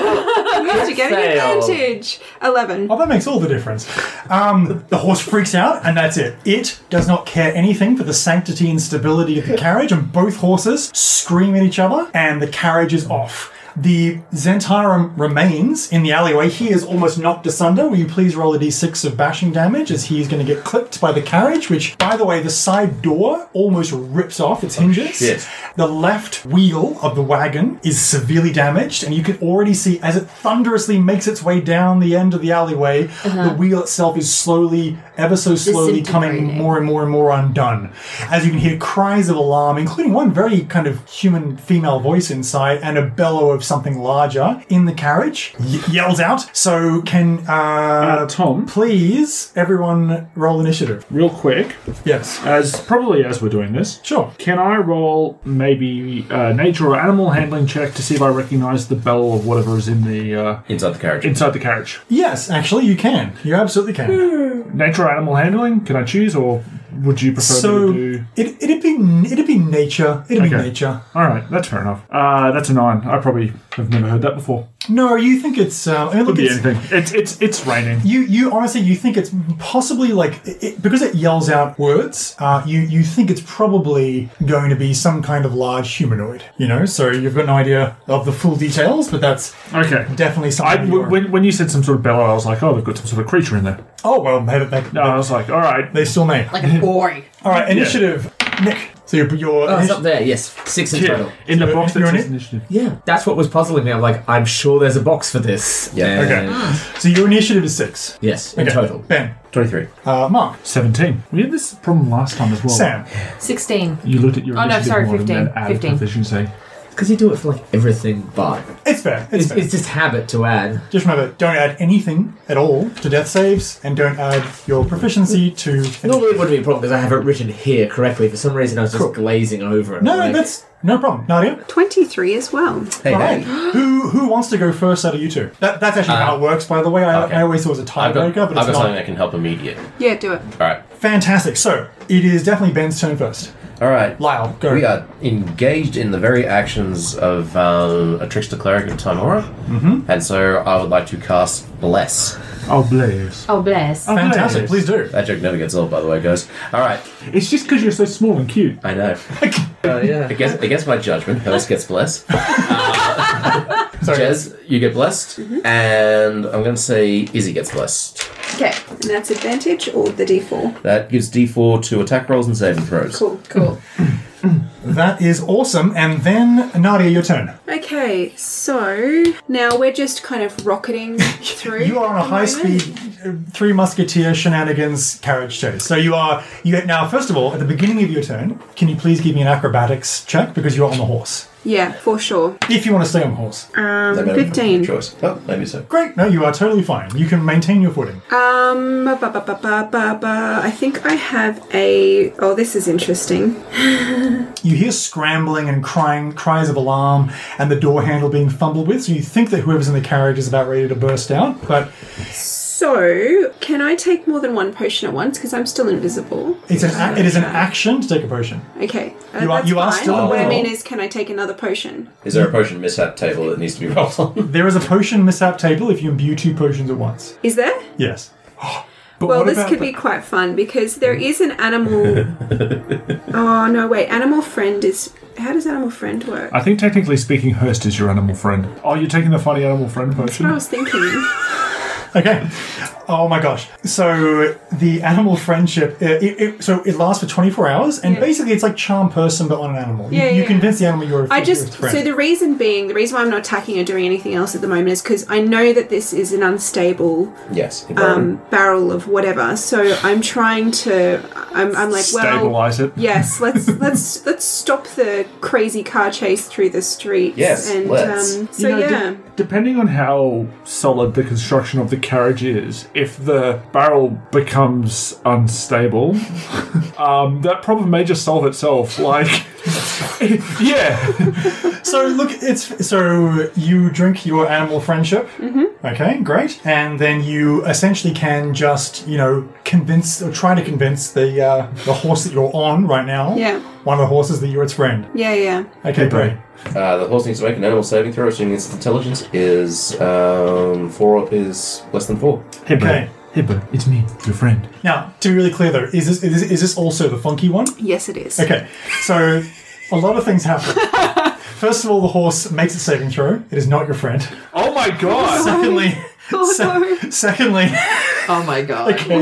S7: have to get an
S5: Fail.
S7: advantage. Eleven.
S5: Oh, that makes all the difference. Um, the horse freaks out, and that's it. It does not care anything for the sanctity and stability of the carriage, and both horses scream at each other, and the carriage is off. The Zentara remains in the alleyway. He is almost knocked asunder. Will you please roll a d6 of bashing damage as he's going to get clipped by the carriage, which, by the way, the side door almost rips off its hinges.
S6: shit.
S5: The left wheel of the wagon is severely damaged, and you can already see as it thunderously makes its way down the end of the alleyway, the wheel itself is slowly, ever so slowly, coming more and more and more undone. As you can hear cries of alarm, including one very kind of human female voice inside, and a bellow of something larger in the carriage y- yells out. So, can uh,
S10: Tom?
S5: please everyone roll initiative?
S10: Real quick.
S5: Yes.
S10: As probably as we're doing this.
S5: Sure.
S10: Can I roll maybe uh, nature or animal handling check to see if I recognise the bell or whatever is in the uh,
S6: inside the carriage?
S10: Inside the carriage.
S5: Yes, actually, you can. You absolutely can.
S10: Nature or animal handling? Can I choose, or would you prefer
S5: So,
S10: me to do?
S5: It, it'd be it'd be nature. It'd be
S10: Okay.
S5: nature.
S10: All right, that's fair enough. Uh, that's a nine. I probably have never heard that before.
S5: No, you think it's. Um, I mean,
S10: Could
S5: look,
S10: be
S5: it's,
S10: anything. It's it's it's raining.
S5: you you honestly you think it's possibly like it, it- because it yells out words. Uh, you you think it's probably going to be some kind of large humanoid. You know, so you've got no idea of the full details, but that's
S10: Okay.
S5: definitely
S10: I,
S5: something.
S10: w- when, when you said some sort of bellow, I was like, oh, they've got some sort of creature in there.
S5: oh well, they, they,
S10: No, I was like, all right.
S5: they still may.
S11: Like a boy.
S5: All right,
S10: Yeah.
S5: initiative, Nick. So your your
S8: Oh, it's up there, yes. Six in
S10: Yeah,
S8: total.
S10: in the box that
S5: you're in
S10: says
S5: it?
S10: initiative.
S8: Yeah, that's what was puzzling me. I'm like, I'm sure there's a box for this.
S6: Yeah.
S5: Okay. so your initiative is six.
S8: Yes, in
S5: Okay.
S8: total.
S5: Ben,
S6: 23.
S5: uh, Mark,
S10: 17. We had this problem last time as well.
S5: Sam.
S11: 16.
S10: You looked at your
S11: Oh, no,
S10: initiative
S11: sorry,
S10: mod and then
S11: 15,
S10: added
S11: 15.
S10: proficiency.
S8: Because you do it for like everything, but
S5: It's fair. It's,
S8: it's,
S5: fair.
S8: it's just habit to add.
S5: Just remember, don't add anything at all to death saves, and don't add your proficiency to.
S8: Normally it wouldn't be a problem because I have it written here correctly. For some reason, I was just
S5: Cool.
S8: glazing over it.
S5: No,
S8: like,
S5: that's no problem, Nadia.
S7: Twenty-three as well.
S6: Hey,
S5: all right.
S6: hey.
S5: who who wants to go first out of you two? That, that's actually how it works, by the way. I,
S6: Uh, okay.
S5: I always thought it was a
S6: I've got,
S5: tiebreaker, but it's
S6: I've got
S5: not.
S6: something that can help immediately.
S7: Yeah, do it.
S6: All right.
S5: Fantastic. So it is definitely Ben's turn first.
S6: All right.
S5: Lyle, go.
S6: We are engaged in the very actions of um, a trickster cleric of Timora, mm-hmm. and so I would like to cast Bless.
S10: Oh, blaze.
S11: Oh, bless.
S5: Fantastic. Please do.
S6: That joke never gets old, by the way, guys. All right,
S10: It's just because you're so small and cute.
S6: I know. Uh,
S8: oh, yeah.
S6: Against, against my judgment, Hurst gets blessed.
S5: Uh, Sorry. Mm-hmm.
S6: Jez, you get blessed, and I'm going to say Izzy gets blessed.
S7: Okay, and that's advantage or the D4.
S6: That gives D4 to attack rolls and saving throws.
S7: Cool.
S11: Cool.
S5: That is awesome. And then Nadia, your turn.
S7: Okay, so now we're just kind of rocketing through.
S5: You are on a
S7: at the
S5: high
S7: moment.
S5: speed uh, three musketeer shenanigans carriage chase. So you are you now. First of all, at the beginning of your turn, can you please give me an acrobatics check because you are on the horse.
S7: Yeah, for sure.
S5: If you want to stay on the horse.
S7: Um,
S6: No better
S7: fifteen.
S6: Choice. Oh, maybe so.
S5: Great. No, you are totally fine. You can maintain your footing.
S7: Um, ba, ba, ba, ba, ba, ba, ba. I think I have a. Oh, this is interesting.
S5: You hear scrambling and crying, cries of alarm, and the door handle being fumbled with. So you think that whoever's in the carriage is about ready to burst out, but
S7: So, can I take more than one potion at once? Because I'm still invisible.
S5: it's an ac it is an action to take a potion.
S7: Okay, uh,
S5: You are-
S7: that's
S5: you are
S7: fine.
S5: still
S7: What I
S5: invisible.
S7: mean is, can I take another potion?
S6: Is there a potion mishap table that needs to be rolled on?
S5: There is a potion mishap table if you imbue two potions at once.
S7: Is there?
S5: Yes.
S7: well, this could be quite fun because there is an animal. oh no! Wait, animal friend is. How does animal friend work?
S10: I think technically speaking, Hurst is your animal friend. Oh, you're taking the funny animal friend potion?
S7: I was thinking.
S5: Okay. Oh my gosh. So the animal friendship, it, it, it- so it lasts for 24 hours, and basically it's like charm person but on an animal. You-
S7: Yeah,
S5: you,
S7: yeah.
S5: convince the animal you're a
S7: I
S5: you're
S7: just
S5: a friend.
S7: so the reason being the reason why I'm not attacking or doing anything else at the moment is because I know that this is an unstable
S6: yes.
S7: um, barrel of whatever. So I'm trying to. I'm, I'm like, well,
S10: Stabilize it.
S7: yes, let's let's let's stop the crazy car chase through the streets.
S6: Yes,
S7: and
S6: let's.
S7: um, so
S10: You know, de-
S7: yeah,
S10: depending on how solid the construction of the carriage is, if the barrel becomes unstable, um, that problem may just solve itself. Like, yeah.
S5: so look, it's so you drink your animal friendship. Mm-hmm. Okay, great. And then you essentially can just you know convince or try to convince the uh, the horse that you're on right now.
S7: Yeah.
S5: One of the horses that you're its friend.
S7: Yeah, yeah.
S5: Okay, great.
S6: Uh, the horse needs to make an animal saving throw, assuming its intelligence is um, four is less than four.
S5: Okay.
S10: Hippo, it's me, your friend.
S5: Now, to be really clear though, is this is, is this also the funky one?
S7: Yes, it is.
S5: Okay, so a lot of things happen. First of all, the horse makes a saving throw. It is not your friend.
S10: Oh my god!
S5: Secondly, se- secondly,
S11: Oh my god.
S5: okay.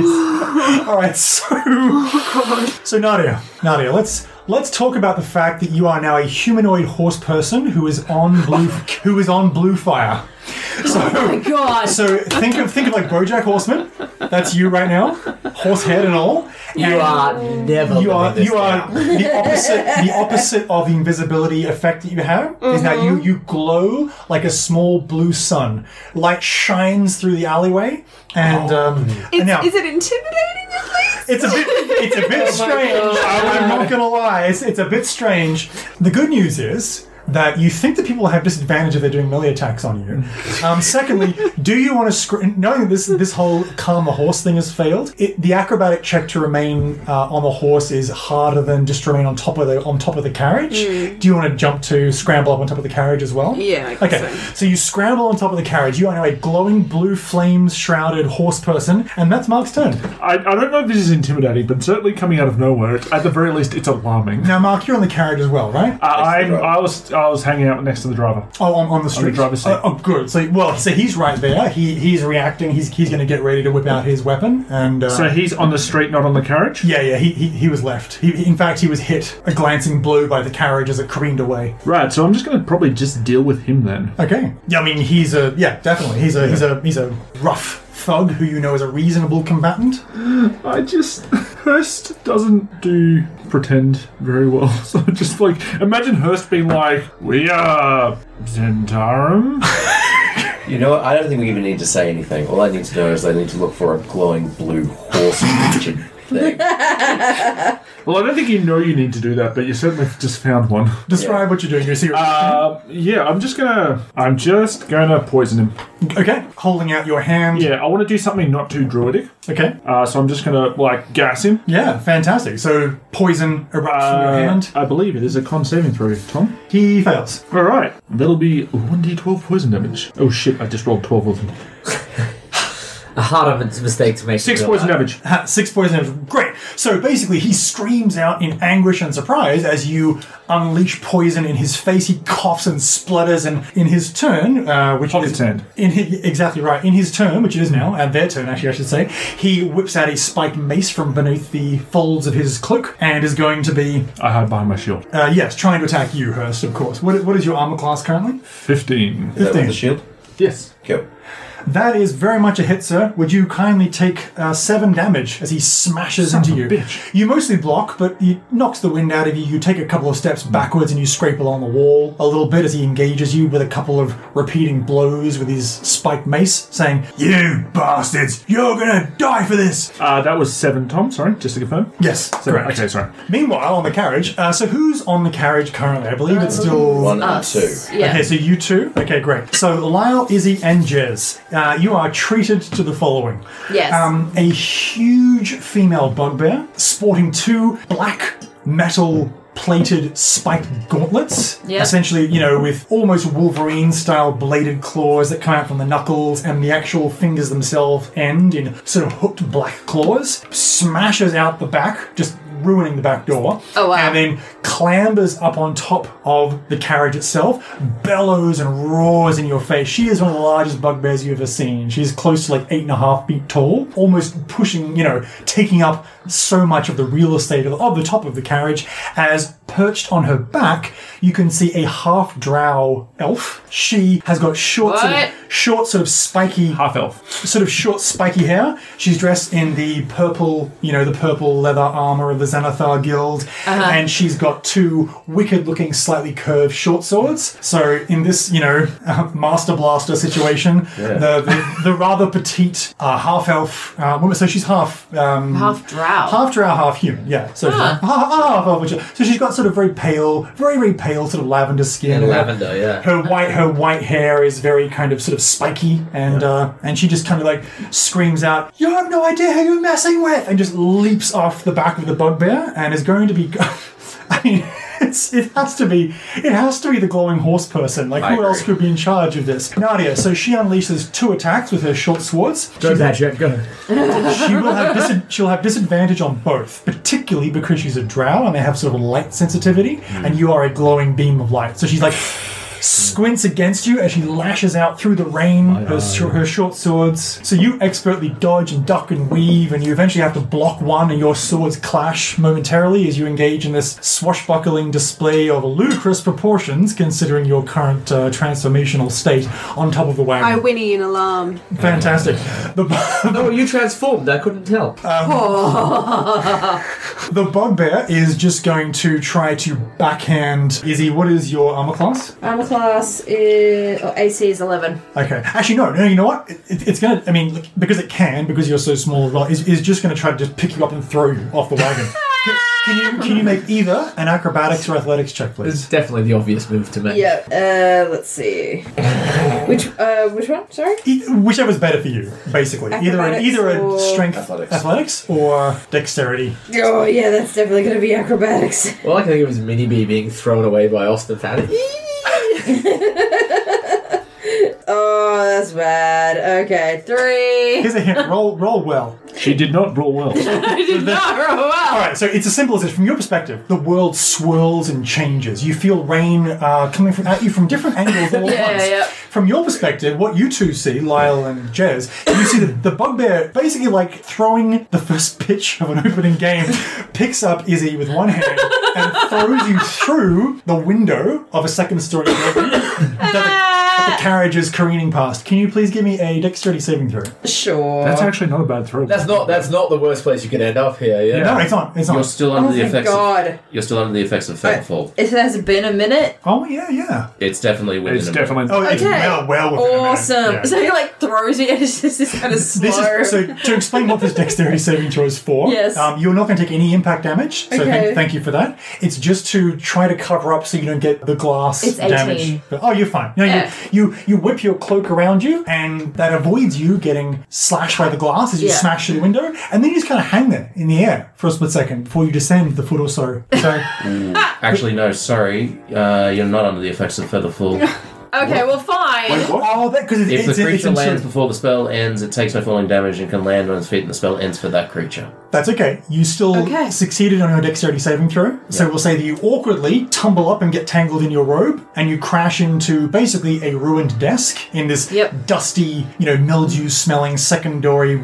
S5: all right. So, so Nadia, Nadia, let's let's talk about the fact that you are now a humanoid horse person who is on blue who is on blue fire. So,
S12: my god.
S5: so think of think of like BoJack Horseman. That's you right now, horse head and all.
S8: You are never.
S5: You are
S8: living this
S5: you are the opposite the opposite of the invisibility effect that you have is now you
S7: Mm-hmm.
S5: you glow like a small blue sun. Light shines through the alleyway, and um, and now
S7: Is it intimidating at least?
S5: it's a bit it's
S7: Oh
S5: a bit strange. I- I'm not gonna lie, it's, it's a bit strange. The good news is. That you think that people have disadvantage if they're doing melee attacks on you. Um, secondly, do you want to scream? Knowing that this this whole calm the horse thing has failed, it, the acrobatic check to remain uh, on the horse is harder than just to remain on top of the on top of the carriage. Do you want to jump to scramble up on top of the carriage as well?
S7: Mm. Yeah, I guess
S5: Okay,
S7: so.
S5: so you scramble on top of the carriage. You are now a glowing blue flames shrouded horse person, and that's Mark's turn.
S10: I, I don't know if this is intimidating, but certainly coming out of nowhere, at the very least, it's alarming.
S5: Now, Mark, you're on the carriage as well, right?
S10: Uh, I'm,
S6: driver.
S10: I was I was hanging out next to the driver.
S5: Oh, on, on the street.
S10: driver's seat.
S5: Oh, oh, good. So, well, so he's right there. He he's reacting. He's he's going to get ready to whip out his weapon. And uh,
S10: So he's on the street, not on the carriage.
S5: yeah, yeah, he he, he was left. He, he- in fact, he was hit a glancing blow by the carriage as it careened away.
S10: Right. So I'm just going to probably just deal with him then.
S5: Okay. Yeah, I mean, he's a yeah, definitely. He's a he's a he's a rough thug who you know is a reasonable combatant.
S10: I just Hurst doesn't do pretend very well. So just like imagine Hurst being like, "We are Zentarum."
S6: You know what? I don't think we even need to say anything. All I need to know is I need to look for a glowing blue horse creature thing.
S10: well, I don't think you know you need to do that, but you certainly just found one.
S5: Describe what you're doing. You see.
S10: Uh, yeah, I'm just gonna, I'm just gonna poison him.
S5: okay. Holding out your hand.
S10: Yeah, I want to do something not too druidic.
S5: Okay.
S10: Uh, so I'm just gonna like gas him.
S5: Yeah. Fantastic. So poison erupts from your
S10: Uh,
S5: hand.
S10: I believe it is a con saving throw, Tom.
S5: He fails.
S10: All right, that'll be one d12 poison damage. Oh shit, I just rolled 12 of them.
S8: A harder mis- mistake to make.
S10: Six
S8: than
S10: poison
S8: that.
S10: damage.
S5: Ha- Six poison damage. Great. So basically, he screams out in anguish and surprise as you unleash poison in his face. He coughs and splutters, and in his turn, uh, which
S10: Pocket
S5: is
S10: sand.
S5: in hi- exactly right. In his turn, which it is now, at their turn actually, I should say, he whips out a spiked mace from beneath the folds of his cloak and is going to be
S10: I hide behind my shield.
S5: uh, yes, trying to attack you, Hurst. Of course. What, what is your armor class currently?
S10: Fifteen.
S6: Is that with
S5: Fifteen.
S6: the shield?
S10: Yes.
S6: Go.
S5: That is very much a hit, sir. Would you kindly take uh, seven damage as he smashes
S10: Son
S5: into
S10: of a
S5: you?
S10: bitch.
S5: You mostly block, but he knocks the wind out of you. You take a couple of
S10: Hmm.
S5: steps backwards and you scrape along the wall a little bit as he engages you with a couple of repeating blows with his spiked mace, saying, "You bastards! You're gonna die for this!"
S10: Uh, that was seven, Tom. Sorry, just to confirm.
S5: Yes,
S10: Seven.
S5: correct.
S10: Okay, sorry.
S5: Meanwhile, on the carriage. Uh, so who's on the carriage currently? I believe
S10: Uh,
S5: it's still
S6: One
S11: Uh,
S6: and two.
S12: Us. Yeah.
S5: Okay, so you two. Okay, great. So Lyle, Izzy, and Jez, uh, you are treated to the following.
S12: Yes.
S5: Um, a huge female bugbear sporting two black metal plated spiked gauntlets.
S11: Yep.
S5: Essentially, you know, with almost Wolverine style bladed claws that come out from the knuckles and the actual fingers themselves end in sort of hooked black claws. Smashes out the back, just ruining the back door.
S11: Oh, wow.
S5: And then clambers up on top of the carriage itself, bellows and roars in your face. She is one of the largest bugbears you've ever seen. She's close to like eight and a half feet tall, almost pushing, you know, taking up so much of the real estate of, of the top of the carriage. As perched on her back, you can see a half drow elf. She has got short, sort
S12: What?
S5: of, short, sort of spiky
S10: Half elf.
S5: sort of short, spiky hair. She's dressed in the purple, you know, the purple leather armor of the Xanathar Guild,
S11: Uh-huh.
S5: and she's got two wicked-looking, slightly curved short swords. So in this, you know, uh, master blaster situation,
S13: Yeah.
S5: the, the the rather petite uh, half elf uh, woman. So she's half um,
S11: Half drow.
S5: half drow, half human. Yeah. So she's
S11: Ah.
S5: half, half, half, half- so she's got sort of very pale, very very pale, sort of lavender skin.
S8: Yeah, lavender, yeah.
S5: Her white her white hair is very kind of sort of spiky, and uh, and she just kind of like screams out, "You have no idea who you're messing with!" and just leaps off the back of the bugbear and is going to be. I mean, it's, it has to be it has to be the glowing horse person. Like
S8: I
S5: who
S8: agree.
S5: else could be in charge of this? Nadia. So she unleashes two attacks with her short swords.
S8: Go
S5: She's-
S8: bad shit, go.
S5: she will have dis- she'll have disadvantage on both, particularly because she's a drow and they have sort of light sensitivity, and you are a glowing beam of light. So she's like squints against you as she lashes out through the rain her, sh- her short swords. So you expertly dodge and duck and weave, and you eventually have to block one, and your swords clash momentarily as you engage in this swashbuckling display of ludicrous proportions, considering your current uh, transformational state on top of the wagon.
S7: I whinny in alarm.
S5: Fantastic. The no,
S8: you transformed. I couldn't tell.
S5: Uh, the bugbear is just going to try to backhand Izzy. What is your armor class?
S12: Armor class is oh, AC is eleven.
S5: Okay. Actually, no, no. You know what? It, it- it's gonna. I mean, like, because it can, because you're so small, as well, is is just gonna try to just pick you up and throw you off the wagon. Can- can you can you make either an acrobatics or athletics check, please?
S8: It's definitely the obvious move to make.
S12: Yeah. Uh, let's see. which uh, which one? Sorry.
S5: E- whichever's better for you, basically. Either an,
S12: Acrobatics
S5: either a
S12: or-
S5: strength
S12: Athletics.
S5: athletics or dexterity.
S12: Oh yeah, that's definitely gonna be acrobatics.
S8: All I can think of is Mini B being thrown away by Austin Fanning.
S12: Oh, that's bad. Okay, three.
S5: Here's a hint. Roll roll well.
S10: She did not roll well.
S5: All right, so it's as simple as this. From your perspective, the world swirls and changes. You feel rain uh, coming from, at you from different angles all
S13: Yeah,
S5: at once.
S13: yeah.
S5: From your perspective, what you two see, Lyle and Jez, you see the, the bugbear basically like throwing the first pitch of an opening game, picks up Izzy with one hand and throws you through the window of a second story building that the, that
S13: Ah!
S5: the carriage is careening past. Can you please give me a dexterity saving throw?
S12: Sure.
S10: That's actually not a bad throw.
S8: That's not that's not the worst place you could end up here. Yeah.
S5: No, it's not. It's
S8: not.
S6: You're still under
S12: Oh
S6: the
S12: my
S6: effects.
S12: God.
S6: Of, you're still under the effects of Fatal Fall.
S12: It has been a minute.
S5: Oh yeah, yeah.
S6: It's definitely within.
S10: It's
S6: a-
S10: definitely-
S5: Oh, it's well- well within a minute.
S12: awesome.
S5: Yeah.
S12: So he like throws it. and It's just this kind of slow.
S5: This is, so to explain what this dexterity saving throw is for.
S12: Yes.
S5: Um, you're not going to take any impact damage, so
S12: Okay.
S5: thank, thank you for that. It's just to try to cover up so you don't get the glass
S13: It's 18.
S5: damage. But, oh, you're fine. No,
S13: Yeah.
S5: you, you you whip your cloak around you, and that avoids you getting slashed by the glass as you
S13: Yeah.
S5: smash through the window, and then you just kind of hang there in the air for a split second before you descend the foot or so. So
S6: Ooh. Actually, no. Sorry, uh, you're not under the effects of Feather Fall.
S12: okay, well, fine.
S5: Oh, that because
S6: If the
S5: it's, in-
S6: creature
S5: it's in sort
S6: lands
S5: of-
S6: before the spell ends, it takes no falling damage and can land on its feet, and the spell ends for that creature.
S5: That's okay. You still succeeded on your dexterity saving throw. So we'll say that you awkwardly tumble up and get tangled in your robe, and you crash into basically a ruined desk in this dusty, you know, mildew smelling secondary.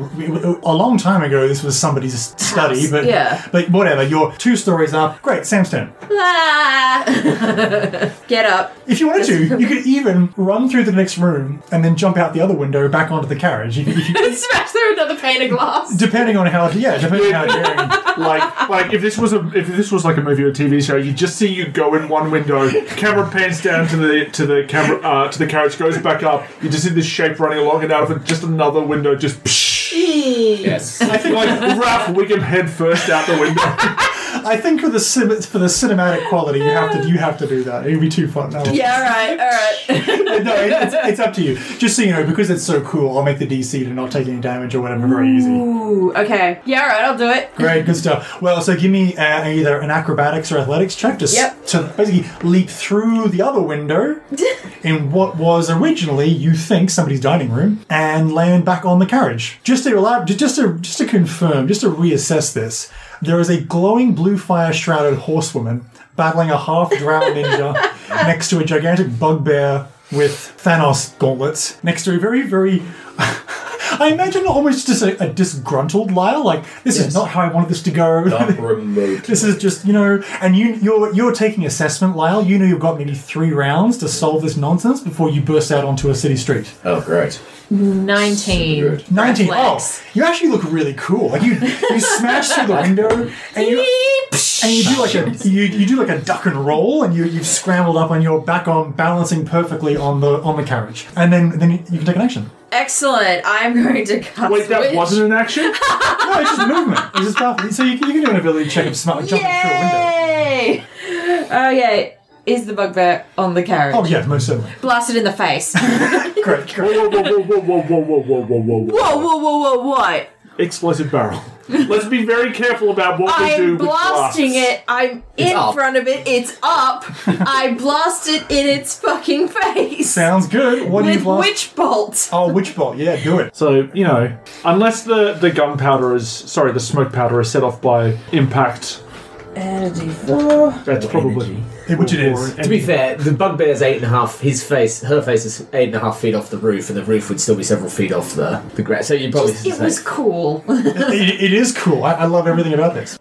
S5: A long time ago, this was somebody's study,
S12: House,
S5: but
S12: yeah.
S5: but whatever. You're two stories up. Great, Sam's turn.
S12: Ah. Get up.
S5: If you wanted to, you could even run through the next room and then jump out the other window back onto the carriage. If, if you,
S12: Smash through another pane of glass.
S5: depending on how, yeah, depending on how daring.
S10: like like if this was a if this was like a movie or TV show, you just see you go in one window, camera pans down to the to the camera uh, to the carriage, goes back up. You just see this shape running along and out of it, just another window, just psh,
S6: Yes.
S10: I think like Ralph Wiggum head first out the window.
S5: I think for the sim- for the cinematic quality, you have to you have to do that. It'd be too fun. No.
S12: Yeah. All right. All right.
S5: no, it- it's, it's up to you. Just so you know, because it's so cool, I'll make the DC to not take any damage or whatever very easy.
S12: Ooh. Okay. Yeah. All right. I'll do it.
S5: Great, good stuff. Well, so give me uh, either an acrobatics or athletics check to, s-
S12: Yep.
S5: to basically leap through the other window in what was originally, you think, somebody's dining room, and land back on the carriage. Just to allow, ju- just to just to confirm, just to reassess this, there is a glowing blue fire shrouded horsewoman battling a half drowned ninja next to a gigantic bugbear with Thanos gauntlets, next to a very very I imagine almost just a, a disgruntled Lyle, like this is not how I wanted this to go.
S13: Not remote.
S5: this is just you know, and you you're you're taking assessment, Lyle. You know you've got maybe three rounds to solve this nonsense before you burst out onto a city street.
S13: Oh, great.
S11: 19.
S5: Nineteen.
S11: Reflex.
S5: Oh, you actually look really cool. Like you you smash through the window and you and you do like a you, you do like a duck and roll and you you've scrambled up and you're back on balancing perfectly on the on the carriage and then then you, you can take an action.
S11: Excellent. I'm going to cast
S5: Wait, that
S11: Witch.
S5: wasn't an action? no, it's just movement. It's just powerful. So you, can- you can do an ability check of smart jumping through a window.
S11: Yay! Okay. Is the bugbear on the carriage?
S5: Oh yeah, most certainly.
S11: Blasted in the face.
S5: Correct.
S10: Whoa, whoa, whoa, whoa, whoa, whoa, whoa, whoa, whoa, whoa, whoa.
S11: whoa, whoa, whoa, whoa, what?
S10: Explosive barrel. Let's be very careful about what we do
S11: I'm
S10: with
S11: blasting
S10: blasts.
S11: it. I'm
S10: It's
S11: in
S10: up.
S11: front of it. It's up. I blast it in its fucking face.
S5: Sounds good. What do
S11: With
S5: you blast?
S11: witch bolt.
S5: Oh, witch bolt. Yeah, do it.
S10: So, you know, unless the, the gunpowder is, sorry, the smoke powder is set off by impact,
S1: Energy four.
S10: that's probably.
S5: Which it is.
S8: To be fair, the bugbear's eight and a half. His face, her face is eight and a half feet off the roof, and the roof would still be several feet off the the ground. So you probably
S11: It was cool.
S5: It, it is cool. I, I love everything about this.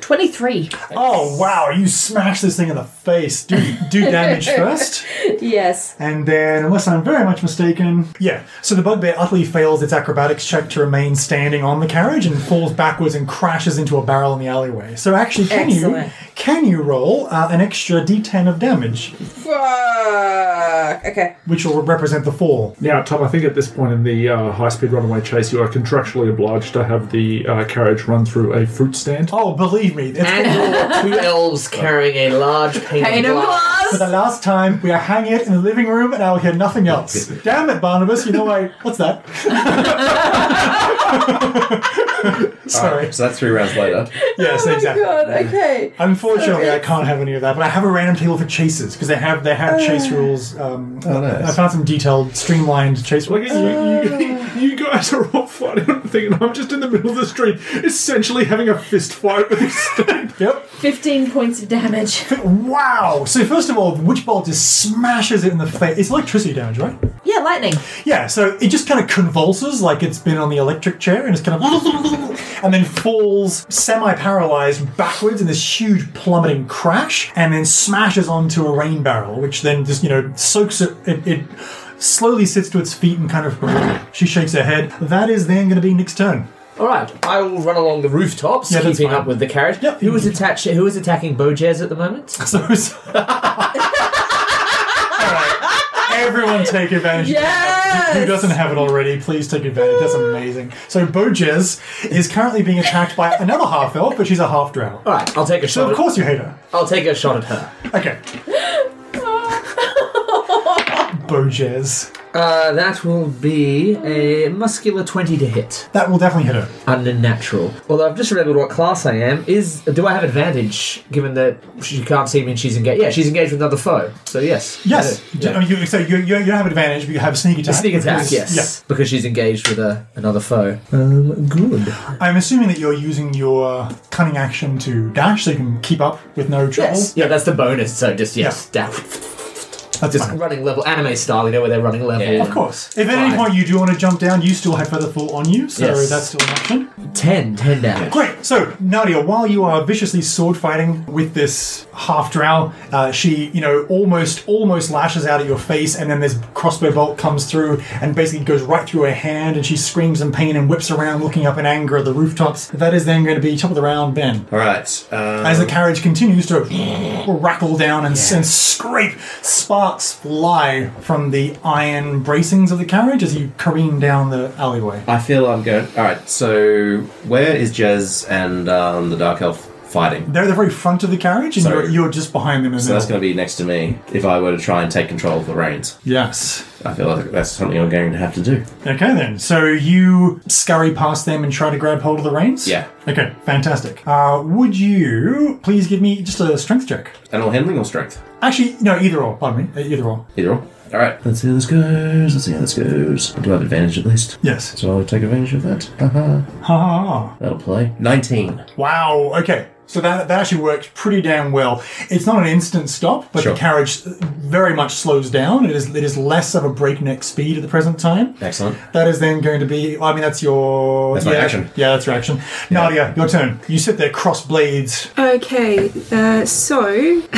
S11: Twenty-three.
S5: Oh wow! You smash this thing in the face. Do do damage first,
S12: yes.
S5: and then, unless I'm very much mistaken, yeah. So the bugbear utterly fails its acrobatics check to remain standing on the carriage and falls backwards and crashes into a barrel in the alleyway. So actually, can
S1: Excellent.
S5: you can you roll uh, an extra d10 of damage,
S1: Fuck. Okay.
S5: which will represent the fall?
S10: Now, Tom, I think at this point in the uh, high speed runaway chase, you are contractually obliged to have the uh, carriage run through a fruit stand.
S5: Oh, believe me, it's
S8: two elves carrying a large pane,
S11: Pane
S8: of
S11: of
S8: glass.
S5: For the last time, we are hanging it in the living room, and I will hear nothing else. Damn it, Barnabas! You know I. What's that? Sorry.
S6: So that's three rounds later.
S5: Yes, exactly.
S11: okay.
S5: Unfortunately, I can't have any of that, but I have a random table for chases because they have they have chase rules. Um,
S6: Oh, nice.
S5: I found some detailed, streamlined chase
S10: Look
S5: rules.
S10: at you, you, you guys are all fighting on the thing, and I'm just in the middle of the street, essentially having a fist fight with this thing.
S5: Yep.
S12: 15 points of damage.
S5: Wow! So first of all, the witch bolt just smashes it in the face. It's electricity damage, right?
S11: Yeah, lightning.
S5: Yeah. So it just kind of convulses like it's been on the electric chair, and it's kind of and then falls semi-paralyzed backwards in this huge plummeting crash, and then smashes onto a rain barrel, which then just you know soaks it. It, it slowly sits to its feet and kind of she shakes her head. That is then going to be Nick's turn.
S8: All right, I will run along the rooftops,
S5: Yeah, that's
S8: keeping
S5: fine.
S8: up with the carriage.
S5: Yep.
S8: Who is attached? Who is attacking Bojez at the moment?
S5: So, so- everyone take advantage.
S11: Yes!
S5: Who doesn't have it already? Please take advantage. That's amazing. So Bojez is currently being attacked by another half elf, but she's a half drow.
S8: All right, I'll take a shot.
S5: So of
S8: at-
S5: course you hate her.
S8: I'll take a shot at her.
S5: Okay. Bojez.
S8: Uh, that will be a muscular twenty to hit.
S5: That will definitely hit her.
S8: Unnatural. Although I've just remembered what class I am. Is do I have advantage given that she can't see me and she's engaged? Yeah, she's engaged with another foe. So yes. I
S5: Yes.
S8: do. Yeah.
S5: I mean, you, so you, you, you don't have advantage, but you have sneak attack.
S8: Sneak attack,
S5: because-
S8: yes.
S5: Yeah.
S8: Because she's engaged with a, another foe. Um, good.
S5: I'm assuming that you're using your cunning action to dash, so you can keep up with no trouble.
S8: Yes. Yeah, that's the bonus. So just, yes, down.
S5: That's
S8: Just
S5: fine.
S8: running level, anime style, you know, where they're running level.
S5: Of course. If at any
S8: Right.
S5: point you do want to jump down, you still have feather fall on you, so
S8: Yes.
S5: that's still an option.
S8: 10, 10 damage.
S5: Great. So, Nadia, while you are viciously sword fighting with this half drow, uh, she, you know, almost almost lashes out at your face, and then this crossbow bolt comes through and basically goes right through her hand, and she screams in pain and whips around, looking up in anger at the rooftops. That is then going to be top of the round, Ben.
S6: All right. Um,
S5: As the carriage continues to rattle down and, and scrape, sparks fly from the iron bracings of the carriage as you careen down the alleyway.
S6: I feel I'm going. All right. So where is Jez and um, the Dark Elf fighting?
S5: They're at the very front of the carriage, and
S6: So-
S5: you're, you're just behind them. In the
S6: So that's
S5: middle.
S6: going to be next to me if I were to try and take control of the reins.
S5: Yes.
S6: I feel like that's something I'm going to have to do.
S5: Okay, then. So you scurry past them and try to grab hold of the reins?
S6: Yeah.
S5: Okay, fantastic. Uh, would you please give me just a strength check?
S6: Animal handling or strength?
S5: Actually, no, either or. Pardon me. uh, Either or.
S6: Either or. All right. Let's see how this goes. Let's see how this goes. I do have advantage at least.
S5: Yes.
S6: So I'll take advantage of that. Haha.
S5: Ha ha ha.
S6: That'll play. 19.
S5: Wow. Okay. So that, that actually works pretty damn well. It's not an instant stop, but
S6: Sure.
S5: the carriage uh, very much slows down. It is it is less of a breakneck speed at the present time.
S6: Excellent.
S5: That is then going to be. I mean, that's your.
S6: That's
S5: yeah,
S6: my action.
S5: Yeah, that's your action. Nadia, your turn. You sit there cross blades.
S7: Okay, uh, so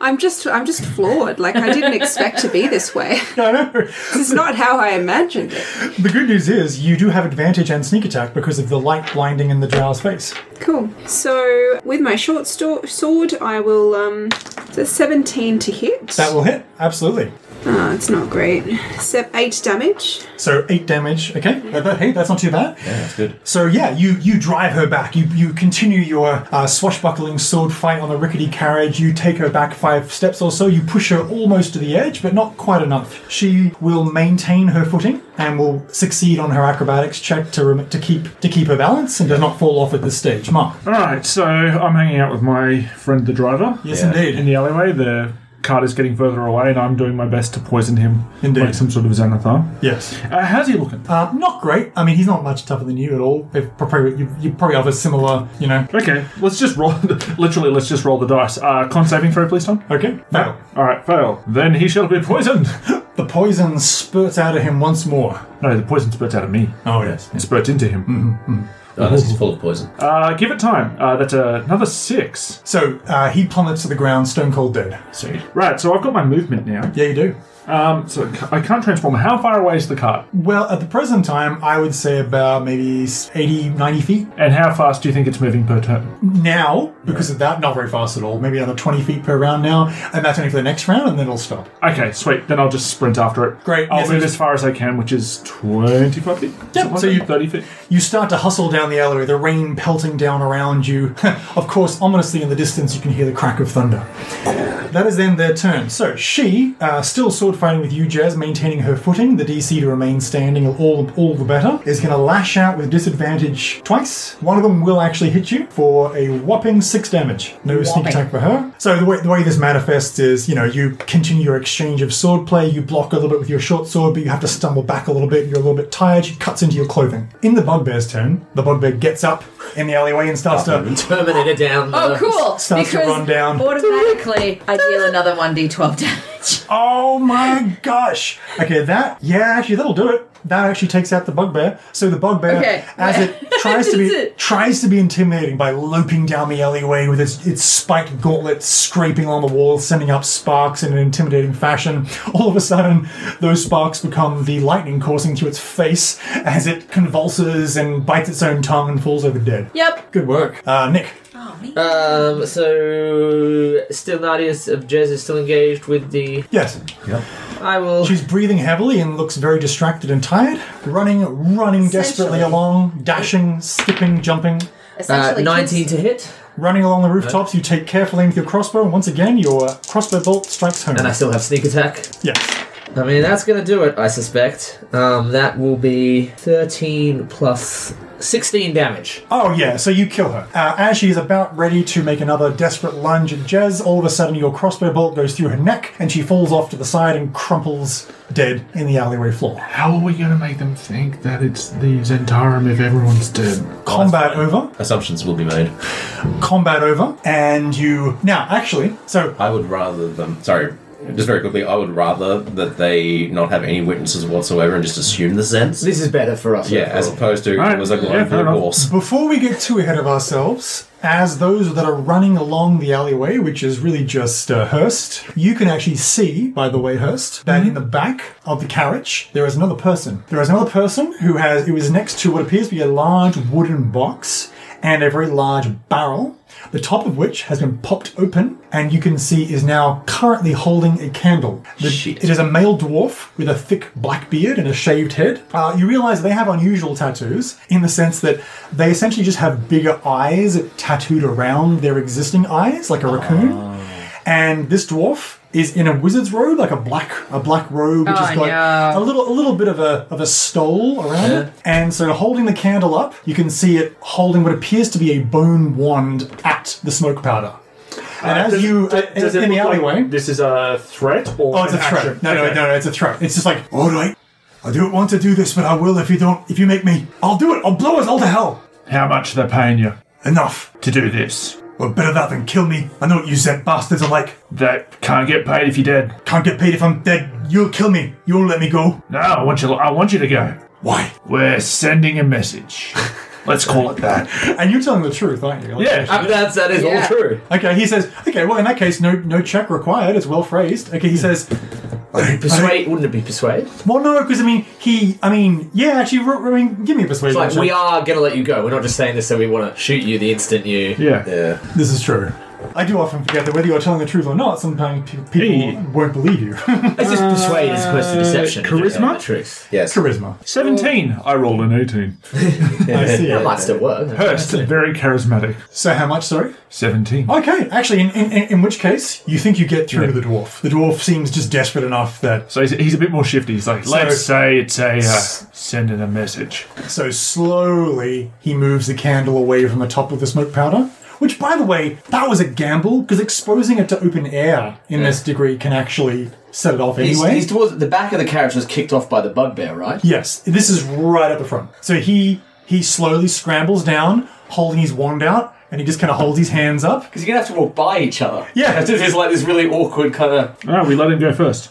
S7: I'm just I'm just floored. Like I didn't expect to be this way.
S5: No, no, this
S7: is not how I imagined it.
S5: The good news is you do have advantage and sneak attack because of the light blinding in the drow's face.
S7: Cool. So with my short sto- sword, I will. Um, it's a 17 to hit.
S5: That will hit. Absolutely.
S7: Oh, it's not great. Se- eight damage.
S5: So eight damage. Okay. That- that- hey, that's not too bad.
S6: Yeah, that's good.
S5: So yeah, you you drive her back. You you continue your uh, swashbuckling sword fight on the rickety carriage. You take her back five steps or so. You push her almost to the edge, but not quite enough. She will maintain her footing and will succeed on her acrobatics check to rem- to keep to keep her balance and does not fall off at this stage. Mark.
S10: All right, so I'm hanging out with my friend the driver.
S5: Yes, Yeah. indeed.
S10: In the alleyway, the cart is getting further away, and I'm doing my best to poison him.
S5: Indeed.
S10: Like some sort of Xanathar.
S5: Yes.
S10: Uh, how's he looking?
S5: Uh, not great. I mean, he's not much tougher than you at all. If probably you, you probably have a similar, you know.
S10: Okay, let's just roll. Literally, let's just roll the dice. Uh, con saving throw, please, Tom.
S5: Okay.
S10: Fail. All right, fail. Then he shall be poisoned.
S5: the poison spurts out of him once more.
S10: No, the poison spurts out of me.
S5: Oh yes.
S10: It spurts into him.
S6: Unless he's Oh, full of poison.
S10: Uh, give it time. Uh, that's uh, another six.
S5: So uh, he plummets to the ground, stone cold dead.
S10: See. Right, so I've got my movement now.
S5: Yeah, you do.
S10: Um, so I ca- I can't transform. How far away is the cart?
S5: Well, at the present time, I would say about maybe 80, 90 feet.
S10: And how fast do you think it's moving per turn?
S5: Now, because of that, not very fast at all. Maybe another 20 feet per round now, and that's only for the next round, and then it'll stop.
S10: Okay, sweet. Then I'll just sprint after it.
S5: Great.
S10: I'll
S5: Yes,
S10: move
S5: yes.
S10: as far as I can, which is 25 feet. Something
S5: so
S10: like
S5: you-
S10: that, 30 feet.
S5: You start to hustle down the alleyway, the rain pelting down around you. of course, ominously in the distance, you can hear the crack of thunder. That is then their turn. So she, uh, still sword fighting with you, Jazz, maintaining her footing, the DC to remain standing all, all the better, is going to lash out with disadvantage twice. One of them will actually hit you for a whopping six damage. No sneak
S1: Whopping.
S5: attack for her. So the way, the way this manifests is, you know, you continue your exchange of sword play, you block a little bit with your short sword, but you have to stumble back a little bit, you're a little bit tired, she cuts into your clothing. In the bugbear's turn, the bugbear gets up in the alleyway and starts to...
S8: Terminator down.
S11: Oh,
S8: uh,
S11: cool!
S5: Starts to
S11: because
S5: run down.
S11: Automatically, I deal another 1d12 damage.
S5: Oh my gosh! Okay, that yeah, actually that'll do it. That actually takes out the bugbear. So the bugbear,
S11: Okay.
S5: as it tries to be tries to be intimidating by loping down the alleyway with its its spiked gauntlets scraping on the wall, sending up sparks in an intimidating fashion. All of a sudden, those sparks become the lightning coursing through its face as it convulses and bites its own tongue and falls over dead.
S11: Yep.
S5: Good work, uh, Nick.
S11: Oh,
S5: Uh,
S8: Um, so still Nadia's uh, Jez is still engaged with the.
S5: Yes.
S6: Yep.
S8: I will.
S5: She's breathing heavily and looks very distracted and tired. Running, running desperately
S8: Essentially.
S5: along, dashing, skipping, jumping.
S8: Uh, 19 to hit,
S5: Running along the rooftops, you take carefully with your crossbow, and once again, your crossbow bolt strikes home.
S8: and I still have sneak attack.
S5: Yes.
S8: I mean, that's gonna do it, I suspect. Um, that will be 13 plus 16 damage.
S5: Oh, yeah, so you kill her. Uh, as she is about ready to make another desperate lunge at Jez, all of a sudden your crossbow bolt goes through her neck, and she falls off to the side and crumples dead in the alleyway floor.
S10: How are we going to make them think that it's the Zentarum if everyone's dead?
S5: Combat over.
S6: Assumptions will be made.
S5: Combat over. And you. Now, actually, so
S6: I would rather them. Sorry, just very quickly. I would rather that they not have any witnesses whatsoever and just assume the sense.
S8: This is better for us.
S6: Yeah, as opposed to
S10: Alright,
S6: it was a
S10: yeah,
S6: glowing
S10: fair
S6: blue
S10: enough.
S6: horse.
S5: Before we get too ahead of ourselves, as those that are running along the alleyway, which is really just uh, Hurst, you can actually see, by the way, Hurst, that in the back of the carriage there is another person. There is another person who has it was next to what appears to be a large wooden box and a very large barrel, the top of which has been popped open, and you can see is now currently holding a candle. The-
S6: Shit.
S5: It is a male dwarf with a thick black beard and a shaved head. Uh, you realize they have unusual tattoos in the sense that they essentially just have bigger eyes tattooed around their existing eyes, like a raccoon. And this dwarf is in a wizard's robe, like a black a black robe, which
S11: Oh,
S5: has got
S11: no.
S5: a little a little bit of a of a stole around
S8: Yeah.
S5: it. And so, holding the candle up, you can see it holding what appears to be a bone wand at the smoke powder. And as you uh, in, in the alleyway,
S10: this is a threat or
S5: Oh, it's a threat. No, no, no, no, it's a threat. It's just like, all right, I don't want to do this, but I will if you don't. If you make me, I'll do it. I'll blow us all to hell.
S10: How much they're paying you?
S5: Enough.
S10: to do this.
S5: Well, better that than kill me. I know what you Zed bastards are like.
S10: They can't get paid if you're dead.
S5: Can't get paid if I'm dead. You'll kill me. You won't let me go.
S10: No, I want you. I want you to go.
S5: Why?
S10: We're sending a message. Let's call it that.
S5: And you're telling the truth, aren't you? Like-
S10: Yeah,
S8: I mean, that's, that is all true.
S5: Okay, he says, okay, well, in that case, no no check required. It's well phrased. Okay, he says,
S8: Persuade, wouldn't it be persuade?
S5: well, no, because, I mean, he, I mean, yeah, actually, r- I mean, give me a
S8: It's
S5: persuasion.
S8: like,
S5: check.
S8: we are going to let you go. We're not just saying this so we want to shoot you the instant you.
S10: Yeah.
S8: Yeah.
S5: This is true. I do often forget that whether you're telling the truth or not, sometimes pe- people
S10: Hey.
S5: won't believe you.
S8: It's just persuade as opposed
S13: Uh,
S8: to deception.
S10: charisma?
S8: The truth.
S6: Yes.
S5: Charisma.
S10: 17. I rolled an 18.
S5: I see.
S8: That might still work.
S10: Hurst, very charismatic.
S5: So how much, sorry?
S10: 17.
S5: Okay, actually, in, in, in- in which case, you think you get through to the dwarf. The dwarf seems just desperate enough that.
S10: So he's, he's a bit more shifty. He's like,
S5: So-
S10: let's say it's a uh, sending a message.
S5: So slowly, he moves the candle away from the top of the smoke powder. Which, by the way, that was a gamble, because exposing it to open air in this degree can actually set it off
S13: He's,
S5: anyway.
S13: he's towards the back of the carriage was kicked off by the bugbear, right?
S5: Yes, this is right at the front. So he he slowly scrambles down, holding his wand out, and he just kind of holds his hands up.
S13: Because you're gonna have to walk by each other.
S5: Yeah.
S13: it's just like this really awkward kind of.
S10: Oh, we let him go first.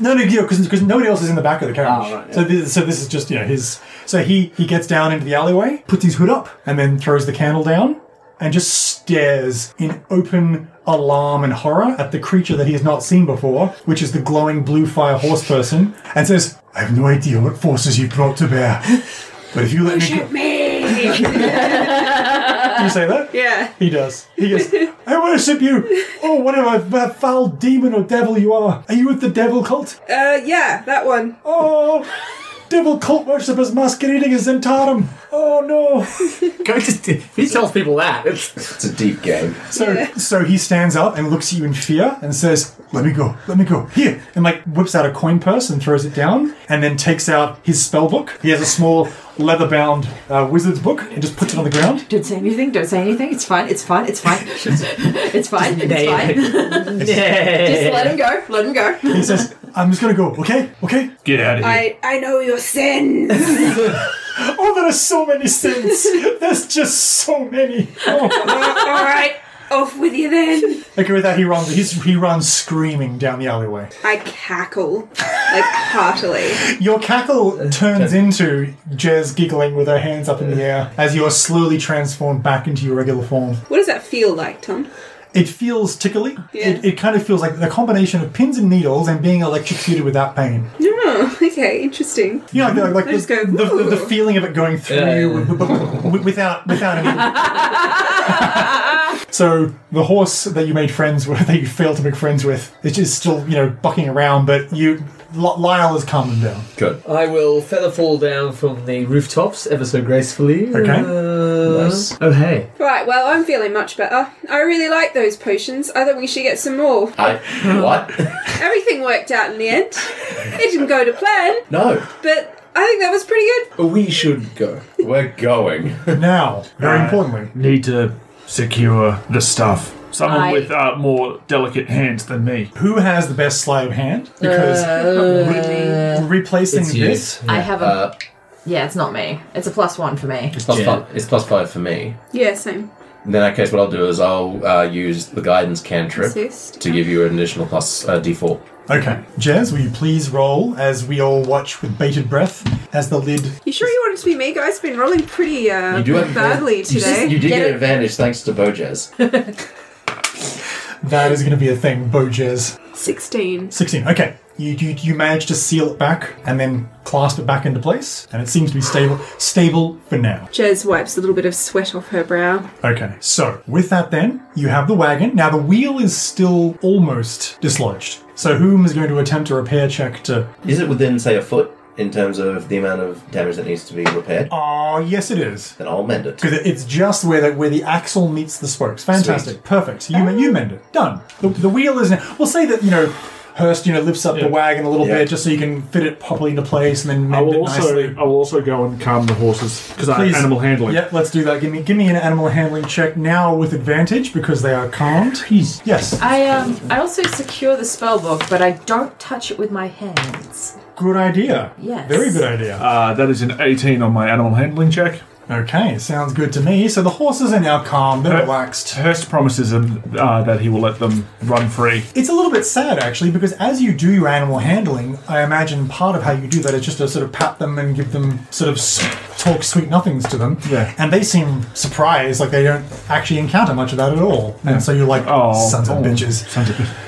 S5: No, no, because because nobody else is in the back of the carriage.
S13: Ah, right, yeah.
S5: So this, so this is just you know his. So he he gets down into the alleyway, puts his hood up, and then throws the candle down, and just stares in open alarm and horror at the creature that he has not seen before, which is the glowing blue fire horse person, and says, "I have no idea what forces you brought to bear, but if you let me, go- do you say that?
S7: Yeah.
S5: He does. He goes, I worship you! Oh, whatever uh, foul demon or devil you are. Are you with the devil cult?
S7: Uh, yeah, that one.
S5: Oh, devil cult worshippers masquerading as Zentarum. Oh, no.
S8: Go just, if he tells people that, it's,
S6: It's a deep game.
S5: So, so he stands up and looks at you in fear and says, Let me go, let me go, here. And like whips out a coin purse and throws it down and then takes out his spell book. He has a small leather bound uh, wizard's book and just puts it on the ground.
S11: Don't say anything. Don't say anything. It's fine. It's fine. It's fine. it's fine. It's fine. Just let him go. Let him go.
S5: He says, I'm just gonna go, okay, okay.
S10: Get out of here.
S7: I, I know your sins.
S5: Oh, there are so many sins. There's just so many. Oh.
S7: All right, off with you then.
S5: Okay, with that, he runs. He's, he runs screaming down the alleyway.
S7: I cackle, like, heartily.
S5: Your cackle turns into Jez giggling with her hands up in the air as you're slowly transformed back into your regular form.
S7: What does that feel like, Tom?
S5: It feels tickly.
S7: Yeah.
S5: It, it kind of feels like the combination of pins and needles and being electrocuted without pain.
S7: Oh, okay, interesting.
S5: You know, like, like
S7: I just
S5: the,
S7: go,
S5: the, the, the
S7: "Ooh."
S5: feeling of it going through you w- w- w- without without any. so the horse that you made friends with, that you failed to make friends with, is just still you know bucking around, but you. L- Lyle has calmed him down.
S6: Good.
S8: I will feather fall down from the rooftops ever so gracefully.
S5: Okay.
S8: Uh,
S6: Nice.
S8: Oh, hey.
S7: Right, well, I'm feeling much better. I really like those potions. I think we should get some more.
S6: I, what?
S7: Everything worked out in the end. It didn't go to plan,
S6: No.
S7: but I think that was pretty good.
S8: We should go.
S6: We're going.
S5: Now, very
S10: Uh,
S5: importantly,
S10: Need to secure the stuff. Someone
S12: I-
S10: with uh, more delicate hands than me.
S5: who has the best sleight of hand? Because re- replacing
S6: It's you.
S5: this,
S12: I have a.
S6: Uh,
S11: Yeah, it's not me. It's a plus one for me.
S6: it's, plus
S8: Jen.
S6: five, it's plus five for me.
S7: Yeah, same.
S6: In that case, what I'll do is I'll uh, use the guidance cantrip
S7: Assist.
S6: to give you an additional plus uh, d4.
S5: okay, Jez, will you please roll as we all watch with bated breath as the lid?
S7: You sure you want it to be me, guys? Been rolling pretty uh, badly
S6: you,
S7: today.
S6: You did
S11: Get
S6: get
S11: it.
S6: an advantage thanks to Bojaz.
S5: That is going to be a thing, Bo Jez.
S7: 16.
S5: Sixteen. Okay, you, you you manage to seal it back and then clasp it back into place, and it seems to be stable stable for now.
S7: Jez wipes a little bit of sweat off her brow.
S5: Okay, so with that, then you have the wagon. Now the wheel is still almost dislodged. So whom is going to attempt a repair check to?
S6: Is it within, say, a foot in terms of the amount of damage that needs to be repaired?
S5: Oh, yes, it is.
S6: Then I'll mend it.
S5: Because it's just where the, where the axle meets the spokes. Fantastic. Perfect. You, ma- you
S10: Ah.
S5: mend it. Done. The, the wheel is now. We'll say that, you know, Hurst, you know, lifts up the wagon a little
S6: Yeah.
S5: bit just so you can fit it properly into place and then
S10: I
S5: mend
S10: will
S5: it
S10: also
S5: nicely.
S10: I will also go and calm the horses because I have
S5: Please.
S10: animal handling.
S5: Yep, let's do that. Give me give me an animal handling check now with advantage because they are calmed.
S10: Jeez.
S5: Yes.
S11: I um. I also secure the spell book, but I don't touch it with my hands.
S5: Good idea.
S11: Yes.
S5: Very good idea.
S10: Uh, that is an 18 on my animal handling check.
S5: Okay, sounds good to me. So the horses are now calm, they're relaxed.
S10: Hurst promises him uh, that he will let them run free.
S5: It's a little bit sad actually because as you do your animal handling, I imagine part of how you do that is just to sort of pat them and give them sort of s- talk sweet nothings to them.
S10: Yeah.
S5: And they seem surprised, like they don't actually encounter much of that at all.
S10: Yeah.
S5: And so you're like,
S10: Oh,
S5: sons of
S10: oh,
S5: bitches.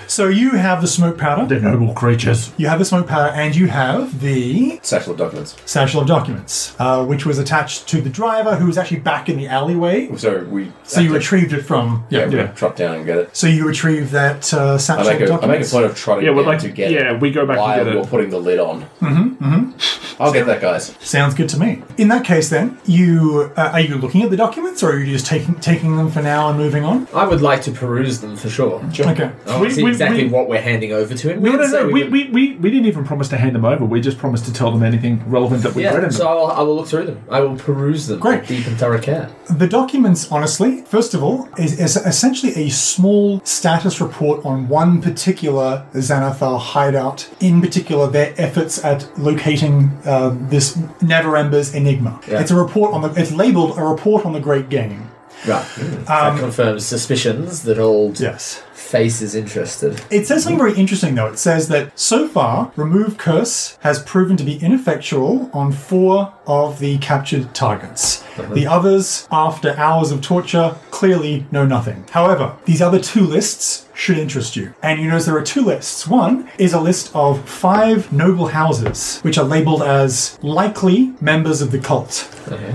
S5: So you have the smoke powder.
S10: They're noble creatures.
S5: You have the smoke powder and you have the
S6: Satchel of documents.
S5: satchel of documents, uh, which was attached to the driver who was actually back in the alleyway.
S6: So we.
S5: So you retrieved it from.
S6: Yeah, we trot down and get it.
S5: So you retrieve that uh, satchel
S6: I make,
S5: of
S6: a, I make a
S5: documents.
S6: point of trotting
S10: Yeah, we're
S6: down
S10: like-
S6: to get
S10: yeah,
S6: it.
S10: we go back and
S6: while
S10: get it.
S6: you're putting the lid on.
S5: Mhm, mhm.
S6: I'll get that, guys.
S5: Sounds good to me. In that case, then you uh, are you looking at the documents, or are you just taking taking them for now and moving on?
S8: I would like to peruse them for sure.
S5: Okay.
S8: I want
S10: We-
S8: to see
S10: we-
S8: exactly
S10: we-
S8: what we're handing over to him.
S10: No, no,
S8: didn't
S10: no.
S8: say
S10: We,
S8: would-
S10: we, we, we didn't even promise to hand them over. We just promised to tell them anything relevant that we
S8: yeah,
S10: read in them.
S8: so I'll, I will look through them. I will peruse them with deep and thorough care.
S5: The documents, honestly, first of all, is, is essentially a small status report on one particular Xanathar hideout, in particular their efforts at locating uh, this Neverember's Enigma.
S8: Yeah.
S5: It's a report on the. It's labeled a report on the Great Game.
S8: Right. that confirms suspicions that old
S5: yes.
S8: face is interested.
S5: It says something very interesting, though. It says that so far, Remove Curse has proven to be ineffectual on four of the captured targets. The others, after hours of torture, clearly know nothing. However, these other two lists should interest you. And you notice there are two lists. One is a list of five noble houses, which are labeled as likely members of the cult.
S8: Okay.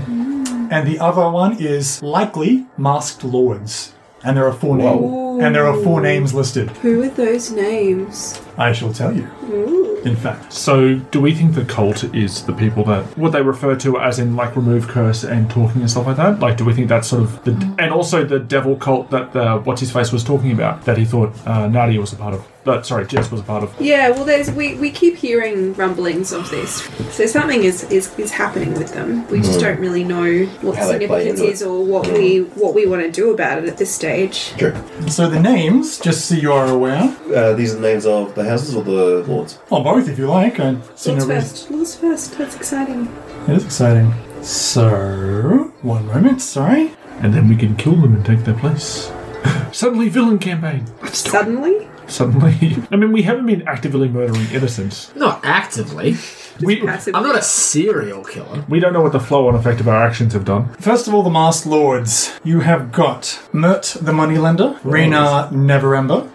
S5: And the other one is likely masked lords. And there are four names. And there are four names listed.
S7: Who are those names?
S5: I shall tell you.
S7: Ooh.
S5: In fact,
S10: so do we think the cult is the people that what they refer to as in like remove curse and talking and stuff like that? Like, do we think that's sort of the and also the devil cult that the what's his face was talking about that he thought uh, Nadia was a part of? But sorry, Jess was a part of.
S7: Yeah, well, there's we, we keep hearing rumblings of this, so something is, is, is happening with them. We just
S6: Hmm.
S7: don't really know what
S6: How they play
S7: significance
S6: into it. Hmm.
S7: is or what we what we want to do about it at this stage.
S6: Sure.
S5: So the names, just so you are aware.
S6: Uh, these are the names of the houses or the lords?
S5: Well, both if you like. I see
S7: Lord's
S5: no reason.
S7: first. Lord's first. That's exciting.
S5: It is exciting. So, one moment, sorry.
S10: And then we can kill them and take their place. Suddenly, villain campaign.
S7: Suddenly?
S10: Suddenly. I mean, we haven't been actively murdering innocents.
S8: Not actively.
S10: We,
S8: I'm not a serial killer.
S10: we don't know what the flow and effect of our actions have done.
S5: First of all, the Masked Lords. You have got Mert the Moneylender, Rena Neverember,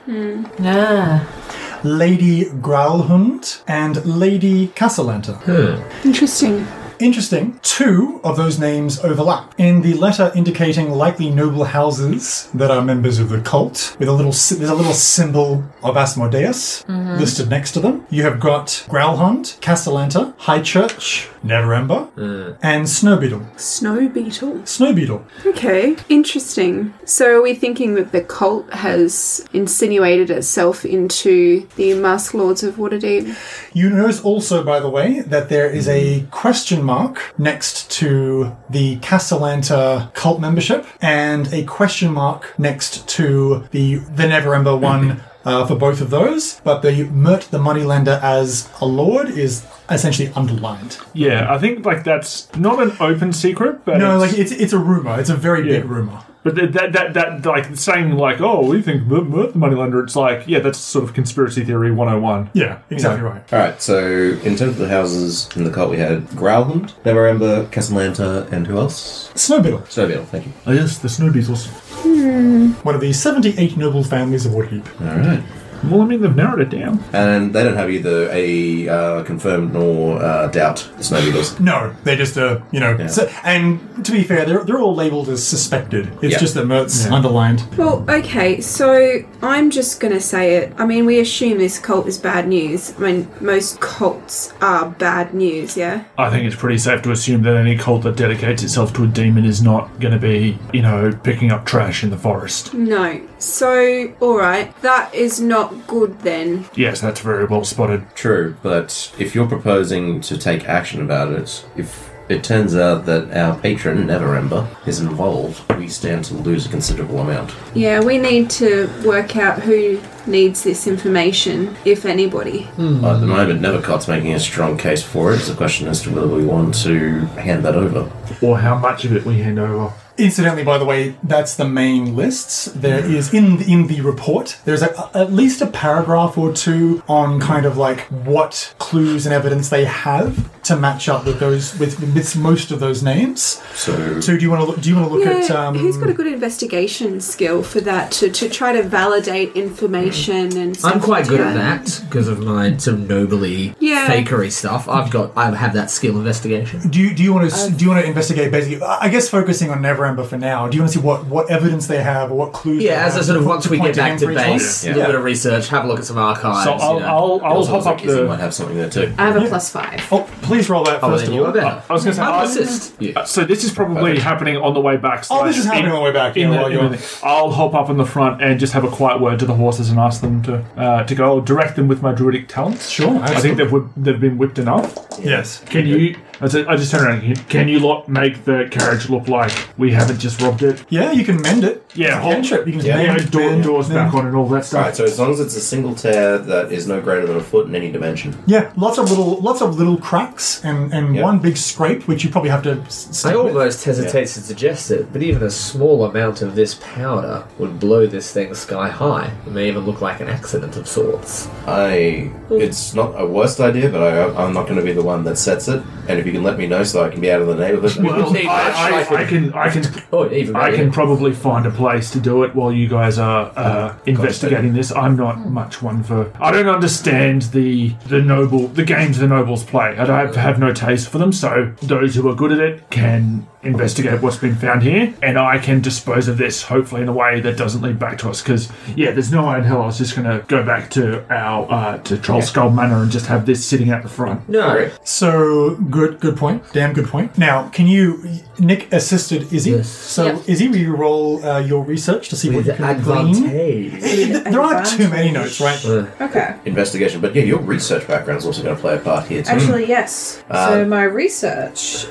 S5: Lady Growlhund, and Lady Castellanta.
S7: Interesting.
S5: Interesting. Two of those names overlap. In the letter indicating likely noble houses that are members of the cult, with a little sy- there's a little symbol of Asmodeus
S14: Mhm.
S5: listed next to them. You have got Growlhound, Castellanta, High Church, Neverember, and Snow Beetle.
S7: Snow beetle.
S5: Snow Beetle.
S7: Okay, interesting. So are we thinking that the cult has insinuated itself into the Mask Lords of Waterdeep?
S5: You notice also, by the way, that there is a question mark next to the Castellanta cult membership and a question mark next to the the Neverember one uh, for both of those. But the Mert the Moneylender as a lord is essentially underlined.
S10: Yeah, I think like that's not an open secret, but
S5: no,
S10: it's,
S5: like it's it's a rumor. It's a very big rumor.
S10: But th- that, that that like saying like oh we think Mer- Mer- the moneylender it's like yeah that's sort of conspiracy theory 101
S5: Yeah, exactly right.
S6: Alright, so in terms of the houses in the cult, we had Growlhund, Neverember, Castellanta, and who else?
S5: Snow Beetle.
S6: Snow Beetle, thank you.
S10: Oh, yes, the Snow Beetles.
S5: One of the seventy-eight noble families of Waterdeep.
S6: Alright.
S10: Well, I mean, they've narrowed it down.
S6: And they don't have either a uh, confirmed nor uh, doubt Snow Beetles.
S5: No, they're just a you know.
S6: Yeah.
S5: So, and to be fair, they're they're all labeled as suspected. It's
S6: Yeah.
S5: just that Mert's
S6: Yeah.
S5: underlined.
S7: Well, okay, so I'm just gonna say it. I mean, we assume this cult is bad news. I mean, most cults are bad news, yeah?
S10: I think it's pretty safe to assume that any cult that dedicates itself to a demon is not going to be you know picking up trash in the forest
S7: No. So, alright, that is not good then.
S10: yes that's very well spotted
S6: True, but if you're proposing to take action about it, if it turns out that our patron, Neverember, is involved, we stand to lose a considerable amount.
S7: Yeah, we need to work out who needs this information, if anybody.
S6: At the moment, Nevercott's making a strong case for it. It's a question as to whether we want to hand that over.
S10: Or how much of it we hand over.
S5: Incidentally, by the way, that's the main lists.
S10: Hmm.
S5: There is in the, in the report. There's a, at least a paragraph or two on kind of like what clues and evidence they have to match up with those with, with most of those names.
S6: So,
S5: do you want to look? Do you want to look
S7: yeah,
S5: at? Um,
S7: who's got a good investigation skill for that to, to try to validate information and stuff
S8: I'm quite good
S7: like
S8: at that because of my some nobly
S7: Yeah.
S8: fakery stuff. I've got I have that skill investigation.
S5: Do you, do you want to do you want to investigate basically? I guess focusing on Neverember for now. Do you want to see what, what evidence they have or what clues? they
S8: Yeah, as I
S5: have
S8: sort of
S5: put-
S8: once we
S5: point
S8: get back
S5: him
S8: to
S5: for each one?
S8: base, a little bit of research, have a look at some archives.
S5: So I'll-
S8: you know.
S5: I'll- I'll
S8: Also,
S5: hop up
S8: Kizzy
S5: the-
S8: might have something there too.
S12: I have a plus five.
S5: Oh, please roll that
S10: Oh,
S5: first
S10: then
S5: of
S10: you
S5: all.
S10: are better.
S5: I was going to say
S10: I'll assist. So this is probably happening on the way back.
S5: Oh, this is
S10: slash
S5: happening on the way back,
S10: in
S5: yeah,
S10: the-
S5: while
S10: in
S5: you're-
S10: the- I'll hop up in the front and just have a quiet word to the horses and ask them to uh, to go. I'll direct them with my druidic talents.
S5: Sure,
S10: I think
S5: absolutely.
S10: they've whip, they've been whipped enough.
S5: Yes.
S10: Can you? I said- I just turn around. and Can you lot make the carriage look like we haven't just robbed it?
S5: Yeah, you can mend it.
S10: Yeah,
S5: It's a cantrip. You can
S10: yeah,
S5: mend,
S10: yeah, door,
S5: mend,
S10: doors
S5: mend.
S10: back on and all that stuff.
S6: Alright, so as long as it's a single tear that is no greater than a foot in any dimension.
S5: Yeah, lots of little lots of little cracks and and one big scrape, which you probably have to. s-
S8: I
S5: stick with.
S8: almost hesitate to suggest it, but even a small amount of this powder would blow this thing sky high. It may even look like an accident of sorts.
S6: I. It's not a worst idea, but I, I'm not going to be the one that sets it. And if you can let me know so I can be out of the neighborhood.
S10: Well, I, I, I can, I can,
S8: oh, even
S10: I can probably find a place to do it while you guys are uh, investigating this. I'm not much one for. I don't understand the the noble the games the nobles play. I don't have, have no taste for them. So those who are good at it can investigate what's been found here, and I can dispose of this hopefully in a way that doesn't lead back to us. Because yeah, there's no way in hell I was just going to go back to our uh, to Troll Skull Manor and just have this sitting out the front.
S8: No.
S5: So good, good point. Damn good point. Now, can you? Nick assisted Izzy. So Izzy, will you roll uh, your research to see what you can glean?
S6: advantage.
S5: there aren't too many notes, right?
S9: Okay.
S6: Investigation. But yeah, your research background is also going to play a part here too.
S11: Actually, yes. so
S6: Um,
S11: my research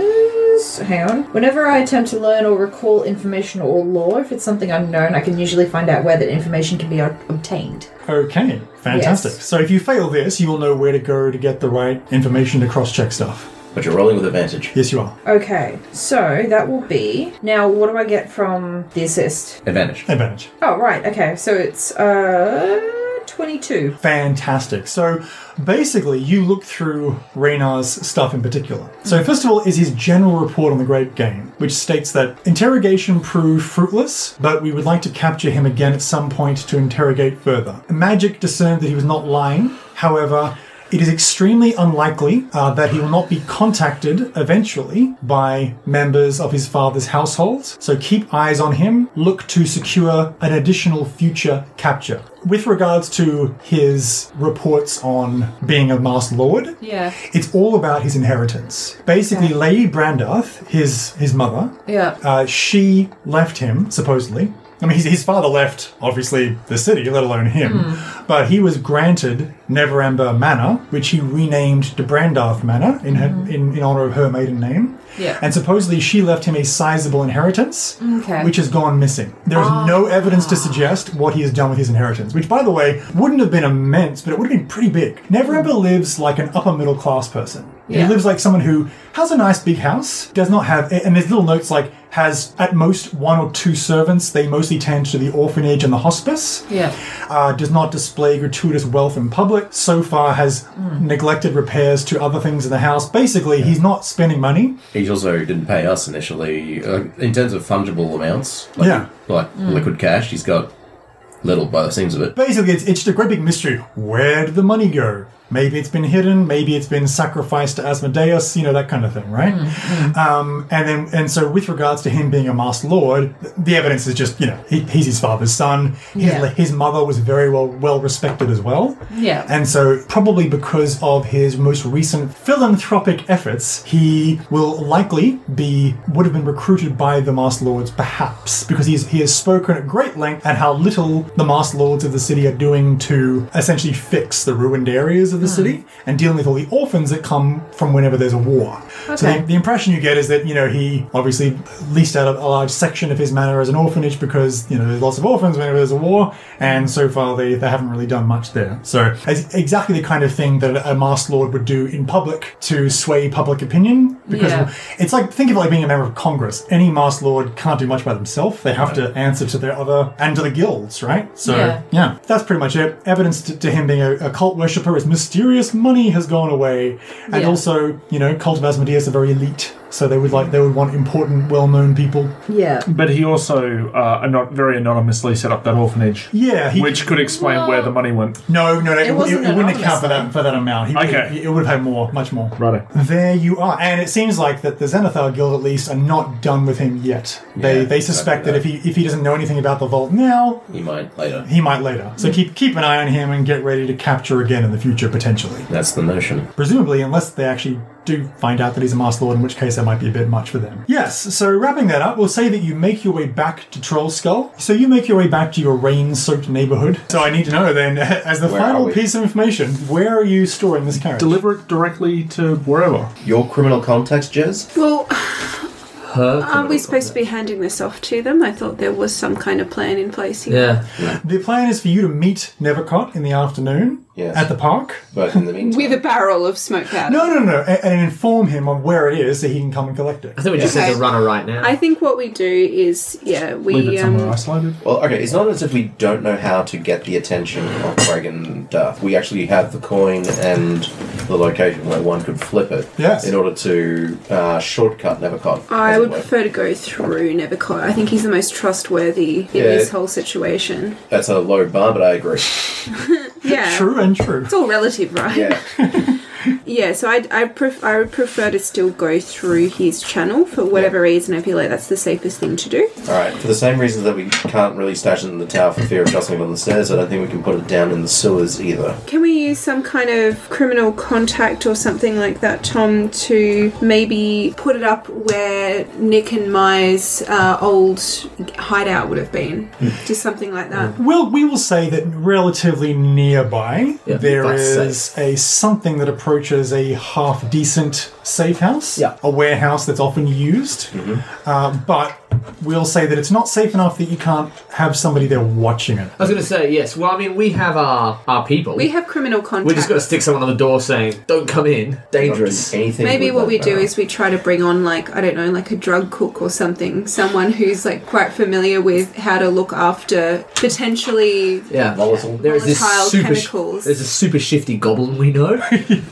S11: is. Hang on. Whenever I attempt to learn or recall information or lore, if it's something unknown, I can usually find out where that information can be ob- obtained.
S5: Okay, fantastic. So if you fail this, you will know where to go to get the right information to cross-check stuff.
S6: But you're rolling with advantage.
S5: Yes, you are.
S11: Okay, so that will be. Now, what do I get from the assist?
S6: Advantage.
S5: Advantage.
S11: Oh, right, okay, so it's uh, 22.
S5: Fantastic. So basically, you look through Reynar's stuff in particular. So, first of all, is his general report on the Great Game, which states that interrogation proved fruitless, but we would like to capture him again at some point to interrogate further. Magic discerned that he was not lying, however, it is extremely unlikely uh, that he will not be contacted eventually by members of his father's household, so keep eyes on him. Look to secure an additional future capture. With regards to his reports on being a Master Lord,
S11: Yeah.
S5: it's all about his inheritance. Basically, Lady Brandarth, his his mother,
S11: Yeah.
S5: uh, she left him, supposedly. I mean, his, his father left, obviously, the city, let alone him.
S11: Hmm.
S5: But he was granted Neverember Manor, which he renamed to Brandarth Manor in, her, in, in honor of her maiden name.
S11: Hmm. Yeah.
S5: And supposedly she left him a sizable inheritance,
S11: Okay. Ah.
S5: which has gone missing. There is no evidence to suggest what he has done with his inheritance, which, by the way, wouldn't have been immense, but it would have been pretty big. Neverember lives like an upper middle class person.
S10: Yeah.
S5: He lives like someone who has a nice big house, does not have, and there's little notes like has at most one or two servants. They mostly tend to the orphanage and the hospice.
S11: Yeah.
S5: Uh, does not display gratuitous wealth in public. So far, has neglected repairs to other things in the house. Basically, he's not spending money.
S6: He also didn't pay us initially. Uh, in terms of fungible amounts, like,
S5: Yeah.
S6: like
S5: Mm.
S6: liquid cash, he's got little by the seams of it.
S5: Basically, it's, it's the great big mystery. Where did the money go? Maybe it's been hidden. Maybe it's been sacrificed to Asmodeus. You know that kind of thing, right? Um, and then, and so with regards to him being a master lord, th- the evidence is just you know he, he's his father's son. His,
S11: Yeah.
S5: his mother was very well well respected as well.
S11: Yeah.
S5: And so, probably because of his most recent philanthropic efforts, he will likely be would have been recruited by the Master Lords, perhaps because he's, he has spoken at great length at how little the Master Lords of the city are doing to essentially fix the ruined areas of the city and dealing with all the orphans that come from whenever there's a war. So
S11: Okay.
S5: the, the impression you get is that, you know, he obviously leased out a, a large section of his manor as an orphanage because, you know, there's lots of orphans whenever there's a war, and so far they, they haven't really done much there. So it's exactly the kind of thing that a Master Lord would do in public to sway public opinion because
S10: Yeah.
S5: it's like think of it like being a member of Congress. Any Master Lord can't do much by themselves. They have to answer to their other and to the guilds, right? So
S10: Yeah.
S5: yeah, that's pretty much it. Evidence to, to him being a, a cult worshipper is mysterious money has gone away, and
S10: Yeah.
S5: also you know cult of Asmodeus are very elite, so they would like they would want important, well-known people.
S11: Yeah.
S10: But he also uh, ano- very anonymously set up that orphanage.
S5: Yeah, he-
S10: which could explain where the money went.
S5: No, no, no it,
S10: It
S5: it,
S10: wasn't
S5: it wouldn't
S10: anonymous,
S5: account for that for that amount. He
S10: Okay.
S5: would, it would have had more, much more.
S10: Right.
S5: There you are, and it seems like that the Xanathar Guild at least are not done with him yet. they they suspect that if he if he doesn't know anything about the vault now,
S6: You might later.
S5: he might later. So keep keep an eye on him and get ready to capture again in the future potentially.
S6: That's the notion.
S5: Presumably, unless they actually do find out that he's a Master Lord, in which case that might be a bit much for them. Yes, so wrapping that up, we'll say that you make your way back to Troll Skull. So you make your way back to your rain soaked neighborhood. So I need to know then, as the
S6: Where are
S5: final
S6: we?
S5: piece of information, where are you storing this carriage?
S10: Deliver it directly to wherever.
S6: Your criminal context, Jez?
S7: Well,
S6: Her.
S7: aren't we supposed to be handing this off to them? I thought there was some kind of plan in place here.
S5: The plan is for you to meet Nevercott in the afternoon
S6: Yes.
S5: at the park.
S6: But in the meantime.
S7: With a barrel of smoke powder.
S5: No, no, no, a- and, inform him on where it is so he can come and collect it.
S6: I think
S7: we just need to Okay. run
S6: her right
S7: I think what we do is, yeah, we. Um,
S5: isolated.
S6: Well, okay, it's not as if we don't know how to get the attention of Dragon and Duff. We actually have the coin and the location where one could flip it.
S7: Yes.
S6: In order to uh, shortcut Nevercon.
S7: I would prefer to go through Nevercott. I think he's the most trustworthy
S6: Yeah.
S7: in this whole situation.
S6: That's a low bar, but I agree.
S7: Yeah.
S5: True and true.
S7: It's all relative, right?
S6: Yeah.
S7: Yeah, so I'd, I, pref- I would prefer to still go through his channel for whatever reason. I feel like that's the safest thing to do.
S6: All right. For the same reasons that we can't really stash it in the tower for fear of jostling it on the stairs, I don't think we can put it down in the sewers either.
S7: Can we use some kind of criminal contact or something like that, Tom, to maybe put it up where Nick and Mai's uh, old hideout would have been? Just something like that.
S5: Well, we will say that relatively nearby
S10: Yeah,
S5: there
S10: that's
S5: is a something that approaches a half decent safe house, yeah. a warehouse that's often used. Uh, but we'll say that it's not safe enough that you can't have somebody there watching it.
S8: I was going to say, yes. Well, I mean, we have our, our people.
S7: We have criminal contact.
S8: We're just going to stick someone on the door saying, don't come in. Dangerous.
S6: Anything
S7: Maybe what we do is we try to bring on like I don't know like a drug cook or something, someone who's like quite familiar with how to look after potentially
S8: Yeah. Volatile. There is
S7: Volatile
S8: this super,
S7: chemicals.
S8: There's a super shifty goblin we know,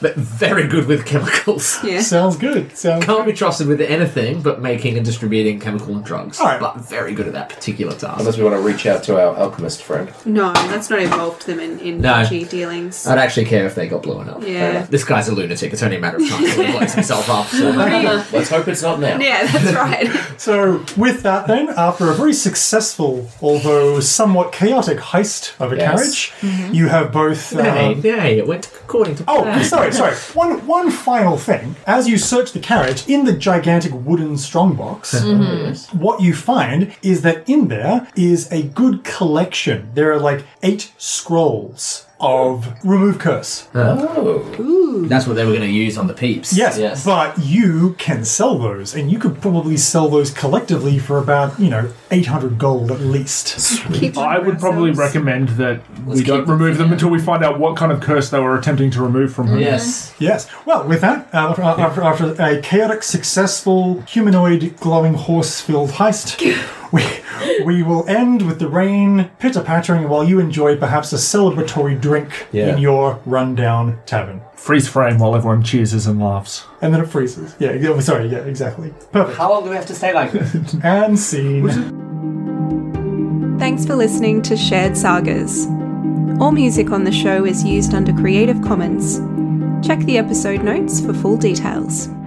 S8: but very good with chemicals.
S7: Yeah.
S5: Sounds good. Sounds
S8: Can't be trusted with anything but making and distributing chemical drugs.
S7: All right.
S8: But very good at that particular task.
S6: Unless we want to reach out to our alchemist friend.
S7: No, that's not involved them in in
S8: No.
S7: dodgy dealings.
S8: I'd actually care if they got blown up.
S7: Yeah.
S8: This guy's a lunatic. It's only a matter of time till he blows himself up. So
S6: let's hope it's not now.
S7: Yeah, that's right.
S5: So, with that, then, after a very successful, although somewhat chaotic heist of a
S8: Yes.
S5: carriage, you have both.
S8: Nay,
S5: um,
S8: nay, it went according to
S5: Oh,
S8: plan.
S5: sorry, sorry. One, one final thing. As you search the carriage in the gigantic wooden strongbox,
S6: Mm-hmm.
S10: Mhm. Yes.
S5: what you find is that in there is a good collection. There are like eight scrolls of remove curse.
S8: Oh. That's what they were going to use on the peeps.
S5: Yes, but you can sell those, and you could probably sell those collectively for about you know eight hundred gold at least.
S10: I would probably recommend that we don't remove them until we find out what kind of curse they were attempting to remove from her.
S8: Yes.
S5: Yes. Well, with that, uh, after, after, after a chaotic, successful, humanoid, glowing horse-filled heist, we we will end with the rain pitter pattering while you enjoy perhaps a celebratory drink
S10: Yeah.
S5: in your rundown tavern,
S10: Freeze frame while everyone cheers and laughs.
S5: and then it freezes. Yeah. yeah, Sorry. Yeah. Exactly. Perfect.
S13: How long do we have to stay like this?
S5: and scene.
S4: Thanks for listening to Shared Sagas. All music on the show is used under Creative Commons. Check the episode notes for full details.